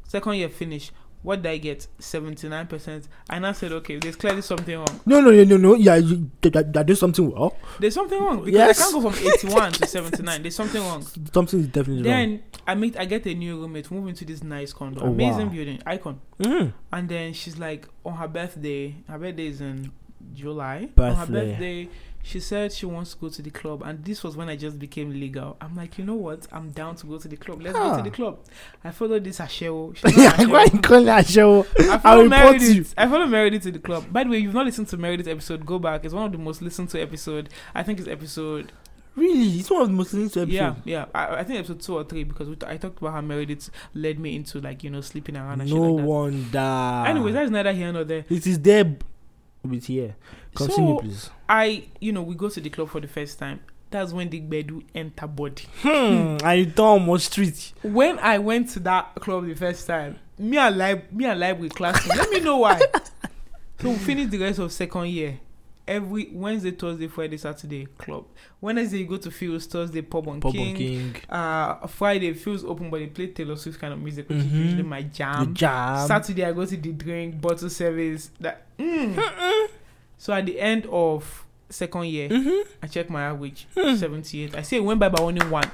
Speaker 1: Second year finish. What did I get? Seventy nine percent. And I said, okay, there's clearly something wrong.
Speaker 2: No, no, no, no, no. Yeah, you, you, you do something well.
Speaker 1: There's something wrong because
Speaker 2: Yes.
Speaker 1: I can't go from eighty one to seventy nine. There's something wrong.
Speaker 2: Something is definitely
Speaker 1: Then I meet, I get a new roommate, move into this nice condo,
Speaker 2: Oh, wow.
Speaker 1: amazing building, icon.
Speaker 2: wrong.
Speaker 1: And then she's like, on her birthday, her birthday is in July. On her
Speaker 2: Birthday.
Speaker 1: birthday, she said she wants to go to the club. And this was when I just became legal. I'm like, you know what? I'm down to go to the club. Let's go
Speaker 2: Ah.
Speaker 1: to the club. I followed this Asheo. She's not
Speaker 2: Mm.
Speaker 1: an
Speaker 2: Why
Speaker 1: asheo.
Speaker 2: you calling that show?
Speaker 1: I
Speaker 2: I'll
Speaker 1: follow
Speaker 2: report
Speaker 1: Meredith.
Speaker 2: you.
Speaker 1: I follow Meredith to the club. By the way, if you've not listened to Meredith episode, go back. It's one of the most listened to episode. I think it's episode.
Speaker 2: Really, it's one of the most listened to episodes.
Speaker 1: Yeah, yeah. I, I think episode two or three because we t- I talked about how Meredith led me into like you know sleeping around and
Speaker 2: No
Speaker 1: shit like that.
Speaker 2: wonder.
Speaker 1: Anyways, that's neither here nor there.
Speaker 2: it is there. b- With here, continue,
Speaker 1: So,
Speaker 2: please.
Speaker 1: I, you know, we go to the club for the first time. That's when the Bedu enter body.
Speaker 2: Hmm, and you don't almost street.
Speaker 1: When I went to that club the first time, me and Lib, me and Lib with classmates. let me know why. So we finished the rest of second year. Every Wednesday, Thursday, Friday, Saturday, club. Wednesday you go to Fields, Thursday pub on
Speaker 2: Pop
Speaker 1: King.
Speaker 2: on King.
Speaker 1: Uh, Friday Fields open, but they play Taylor Swift kind of music, which
Speaker 2: Mhm.
Speaker 1: is usually my
Speaker 2: The
Speaker 1: Mm-hmm. jam.
Speaker 2: jam.
Speaker 1: Saturday I go to the drink bottle service. That mm. so at the end of second year,
Speaker 2: Mhm.
Speaker 1: I check my average,
Speaker 2: Hmm.
Speaker 1: 78. I say it went by by only one.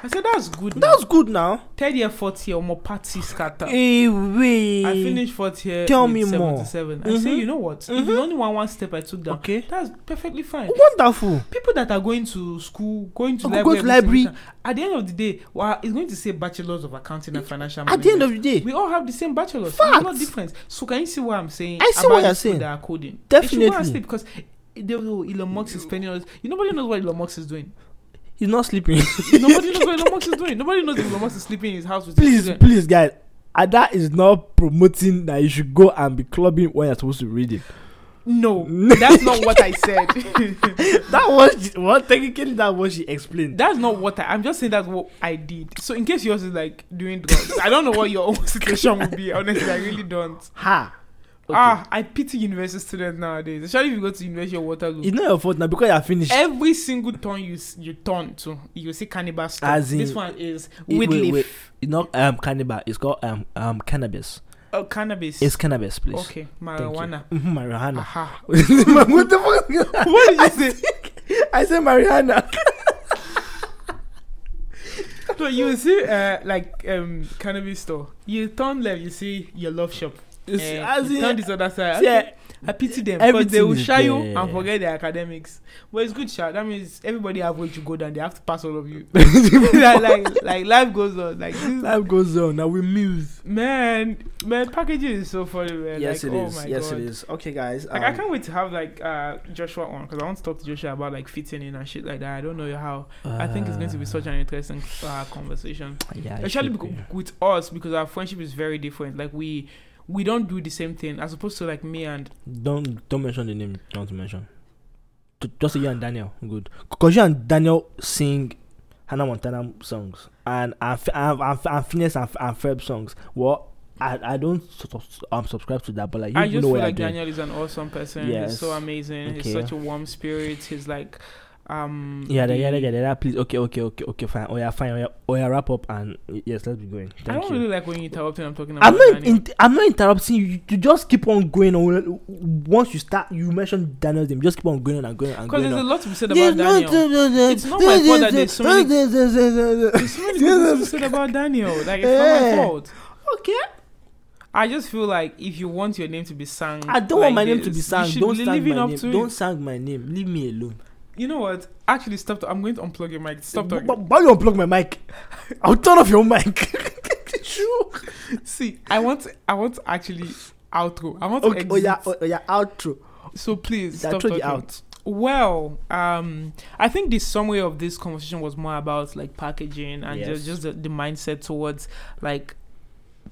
Speaker 1: I said, that's good. now.
Speaker 2: That's good now.
Speaker 1: Third year, fourth year, more party scatter.
Speaker 2: Hey, wait.
Speaker 1: I finished fourth year.
Speaker 2: Tell
Speaker 1: with
Speaker 2: me more.
Speaker 1: 77. I
Speaker 2: Mhm.
Speaker 1: say, you know what? If it's only one one step I took down,
Speaker 2: Okay.
Speaker 1: that's perfectly fine.
Speaker 2: Wonderful.
Speaker 1: People that are going to school, going to
Speaker 2: Oh, Go-
Speaker 1: library,
Speaker 2: go to
Speaker 1: every single
Speaker 2: library.
Speaker 1: time, at the end of the day, well, it's going to say bachelors of accounting and financial
Speaker 2: At the end
Speaker 1: management.
Speaker 2: of the day,
Speaker 1: we all have the same bachelors.
Speaker 2: Facts.
Speaker 1: There's no difference. So can you see what I'm saying?
Speaker 2: I see what
Speaker 1: about these
Speaker 2: you're
Speaker 1: people
Speaker 2: saying.
Speaker 1: That are coding. They should go
Speaker 2: Definitely.
Speaker 1: and sleep because eh, they will, Elon Musk is spending. all this- You nobody knows what Elon Musk is doing.
Speaker 2: he's not sleeping.
Speaker 1: Nobody knows what Elon Musk is doing. Nobody knows if Elon Musk is sleeping in his house with his
Speaker 2: please,
Speaker 1: children.
Speaker 2: please, guys. Ada is not promoting that you should go and be clubbing when you're supposed to read it.
Speaker 1: No, that's not what I said.
Speaker 2: That was what technically that was she explained.
Speaker 1: that's not what I. I'm just saying that's what I did. So in case yours is like doing drugs, I don't know what your own situation would be. Honestly, I really don't.
Speaker 2: Ha.
Speaker 1: Ah, I pity university students nowadays, especially if you go to University of Waterloo.
Speaker 2: It's not your fault now because you're finished.
Speaker 1: Every single turn you s- you turn to, you see cannibal stuff.
Speaker 2: As in-
Speaker 1: this one is
Speaker 2: It-
Speaker 1: weed
Speaker 2: wait,
Speaker 1: leaf,
Speaker 2: wait. It's not um cannibal. It's called um um cannabis.
Speaker 1: Uh, cannabis.
Speaker 2: It's cannabis, please.
Speaker 1: okay,
Speaker 2: Thank you.
Speaker 1: marijuana.
Speaker 2: Mhm, Marijuana.
Speaker 1: Aha.
Speaker 2: what the fuck?
Speaker 1: What did you say?
Speaker 2: I said Mariana.
Speaker 1: So you see, uh, like um, cannabis store. You turn left, you see your love shop.
Speaker 2: It's,
Speaker 1: Eh,
Speaker 2: as
Speaker 1: you
Speaker 2: in,
Speaker 1: turn this other side.
Speaker 2: see, eh.
Speaker 1: Okay. I pity them because they
Speaker 2: everything
Speaker 1: will
Speaker 2: is
Speaker 1: shy you
Speaker 2: there.
Speaker 1: and forget their academics. But it's good, sha. That means everybody have way to go down. They have to pass all of you. like, like, like life goes on. Like this,
Speaker 2: life goes on. Now we muse.
Speaker 1: man, man, packaging is so funny, man. like, oh my God.
Speaker 2: is. Okay, guys. um,
Speaker 1: Like I can't wait to have like uh Joshua on because I want to talk to Joshua about like fitting in and shit like that. I don't know how. I think it's going to be such an interesting uh, conversation.
Speaker 2: Ah, Yeah,
Speaker 1: especially becau- with us because our friendship is very different like we we don't do the same thing as opposed to like me and
Speaker 2: don't don't mention the name. Don't mention. Ju- Just you and Daniel. Good. Cause you and Daniel sing Hannah Montana songs. and and F- and, and, and Phineas and, and Ferb songs. Well, I I don't su- su- um subscribe to that, but like you
Speaker 1: I
Speaker 2: know
Speaker 1: just feel
Speaker 2: what
Speaker 1: like
Speaker 2: you're doing.
Speaker 1: Daniel is an awesome person. He's so
Speaker 2: Yes.
Speaker 1: amazing.
Speaker 2: Okay.
Speaker 1: He's such a warm spirit. He's like, um,
Speaker 2: Yeah, yeah, yeah,
Speaker 1: the-
Speaker 2: yeah, yeah. Please, okay, okay, okay, okay, fine. Oh yeah, fine. Oh yeah, oh, yeah wrap up and yes, let's be going. Thank
Speaker 1: I don't
Speaker 2: you.
Speaker 1: really like when you interrupt when I'm talking about
Speaker 2: I'm not.
Speaker 1: Daniel.
Speaker 2: In, I'm not interrupting you. You just keep on going on. Once you start, you mention Daniel's name. Just keep on going on and going and
Speaker 1: Because
Speaker 2: going.
Speaker 1: there's a
Speaker 2: on.
Speaker 1: lot to be said about Daniel. It's not my fault that there's so many- There's so many things to be said about Daniel. Like it's
Speaker 2: Yeah.
Speaker 1: not my fault.
Speaker 2: Okay.
Speaker 1: I just feel like if you want your name to be sung,
Speaker 2: I don't
Speaker 1: like
Speaker 2: want my name to
Speaker 1: this,
Speaker 2: be
Speaker 1: you
Speaker 2: sang.
Speaker 1: should
Speaker 2: Don't
Speaker 1: be
Speaker 2: sang
Speaker 1: living
Speaker 2: my
Speaker 1: up
Speaker 2: name.
Speaker 1: to it.
Speaker 2: Don't sang my name. Leave me alone.
Speaker 1: You know what? Actually, stop. I'm going to unplug your mic. Stop
Speaker 2: But
Speaker 1: talking.
Speaker 2: why you unplug my mic? I'll turn off your mic. Sure.
Speaker 1: See, I want. I want to actually outro. I want to
Speaker 2: Okay.
Speaker 1: exit.
Speaker 2: Oh yeah. Oh yeah. Outro.
Speaker 1: So please
Speaker 2: Yeah,
Speaker 1: stop
Speaker 2: throw it
Speaker 1: talking.
Speaker 2: out.
Speaker 1: Well, um, I think the summary of this conversation was more about like packaging and
Speaker 2: Yes.
Speaker 1: just, just the, the mindset towards like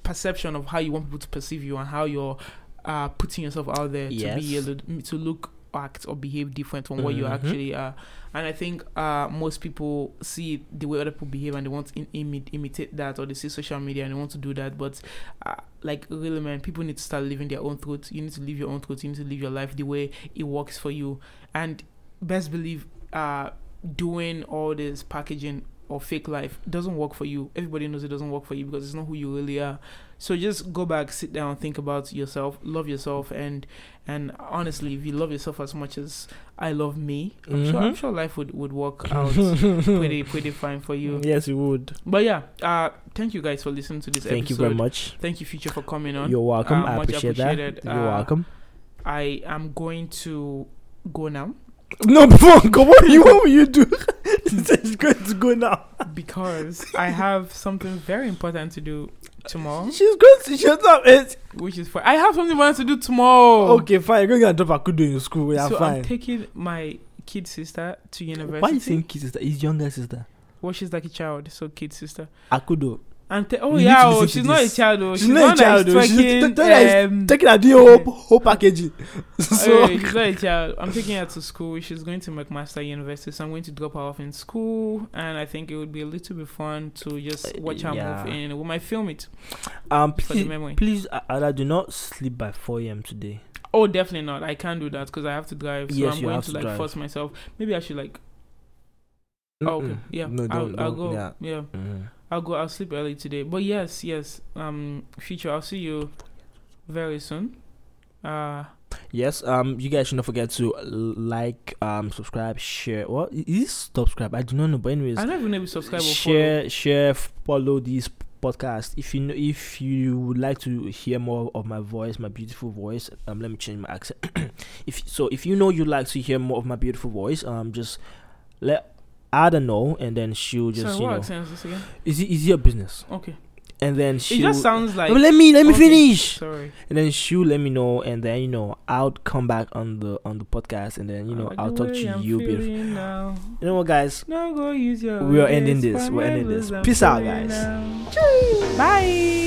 Speaker 1: perception of how you want people to perceive you and how you're uh, putting yourself out there to be
Speaker 2: Yes.
Speaker 1: able to look, act, or behave different from what you
Speaker 2: Mhm.
Speaker 1: actually are. And I think uh, most people see the way other people behave and they want to in- imi- imitate that, or they see social media and they want to do that. But uh, like really, man, people need to start living their own truth. You need to live your own truth. You need to live your life the way it works for you. And best believe, uh, doing all this packaging or fake life doesn't work for you. Everybody knows it doesn't work for you because it's not who you really are. So just go back, sit down, think about yourself, love yourself, and and honestly, if you love yourself as much as I love me, I'm sure I'm
Speaker 2: Mhm.
Speaker 1: sure life would would work out pretty pretty fine for you.
Speaker 2: Yes, you would.
Speaker 1: But yeah, uh, thank you guys for listening to this episode.
Speaker 2: Thank you very much.
Speaker 1: Thank you, Future, for coming on.
Speaker 2: You're welcome.
Speaker 1: Uh,
Speaker 2: I
Speaker 1: much
Speaker 2: appreciate that.
Speaker 1: appreciated.
Speaker 2: You're
Speaker 1: Uh,
Speaker 2: welcome.
Speaker 1: I am going to go now
Speaker 2: No, before go, what you what will you do? it's going to go now.
Speaker 1: because I have something very important to do tomorrow,
Speaker 2: She's going to shut up. It's,
Speaker 1: which is for I have something important to do tomorrow.
Speaker 2: Okay, fine. You're going to drop Akudo in school. Yeah,
Speaker 1: Oh. so I'm
Speaker 2: fine.
Speaker 1: taking my kid sister to university.
Speaker 2: Why you saying kid sister? His younger sister.
Speaker 1: Well, she's like a child, so kid sister.
Speaker 2: Akudo.
Speaker 1: And te- oh
Speaker 2: You need
Speaker 1: yeah,
Speaker 2: to
Speaker 1: oh,
Speaker 2: listen to
Speaker 1: she's not a
Speaker 2: this.
Speaker 1: child. Oh,
Speaker 2: She's not a child, oh,
Speaker 1: Like
Speaker 2: she's-
Speaker 1: twerking,
Speaker 2: don't tell her it's-
Speaker 1: um,
Speaker 2: Taking a deal, whole, whole packaging. so,
Speaker 1: Hey, she's not a child. I'm taking her to school. She's going to McMaster University, so I'm going to drop her off in school. And I think it would be a little bit fun to just watch her
Speaker 2: Uh, Yeah.
Speaker 1: move in. We might film it
Speaker 2: um,
Speaker 1: for the
Speaker 2: please,
Speaker 1: memory.
Speaker 2: please, uh, Ada, do not sleep by 4 a.m. today.
Speaker 1: Oh, definitely not. I can't do that because I have to drive. So
Speaker 2: Yes,
Speaker 1: I'm
Speaker 2: you
Speaker 1: going
Speaker 2: have
Speaker 1: to
Speaker 2: to
Speaker 1: like
Speaker 2: drive.
Speaker 1: force myself. Maybe I should like. Oh, okay.
Speaker 2: Mm-mm.
Speaker 1: Yeah.
Speaker 2: No,
Speaker 1: I'll,
Speaker 2: don't.
Speaker 1: I'll go.
Speaker 2: don't- Yeah.
Speaker 1: yeah.
Speaker 2: Mm.
Speaker 1: I'll go. I'll sleep early today. But yes, yes. Um, future. I'll see you very soon. Uh,
Speaker 2: Yes, um, you guys should not forget to uh, like, um, subscribe, share. What is this? Subscribe? I do not know, but anyways,
Speaker 1: I don't even know if you subscribe or follow.
Speaker 2: share, share, follow this podcast. If you know, if you would like to hear more of my voice, my beautiful voice, um, let me change my accent. if so, if you know you'd like to hear more of my beautiful voice, um, just let Ada know, and then she'll just
Speaker 1: Sorry,
Speaker 2: you
Speaker 1: what
Speaker 2: know,
Speaker 1: accent is this again?
Speaker 2: is it is your business,
Speaker 1: Okay.
Speaker 2: and then
Speaker 1: It
Speaker 2: she.
Speaker 1: just sounds like.
Speaker 2: let me let me
Speaker 1: Okay,
Speaker 2: finish
Speaker 1: Sorry.
Speaker 2: and then she'll let me know and then you know i'll come back on the on the podcast and then you
Speaker 1: I
Speaker 2: know
Speaker 1: like the
Speaker 2: i'll talk
Speaker 1: way
Speaker 2: to
Speaker 1: Oh, I'm
Speaker 2: you beautiful.
Speaker 1: feeling now.
Speaker 2: you know what guys
Speaker 1: Now go use your
Speaker 2: We are ending
Speaker 1: ways
Speaker 2: this.
Speaker 1: for
Speaker 2: We're
Speaker 1: my
Speaker 2: ending this.
Speaker 1: blues I'm
Speaker 2: Peace out,
Speaker 1: feeling
Speaker 2: guys.
Speaker 1: now. Bye.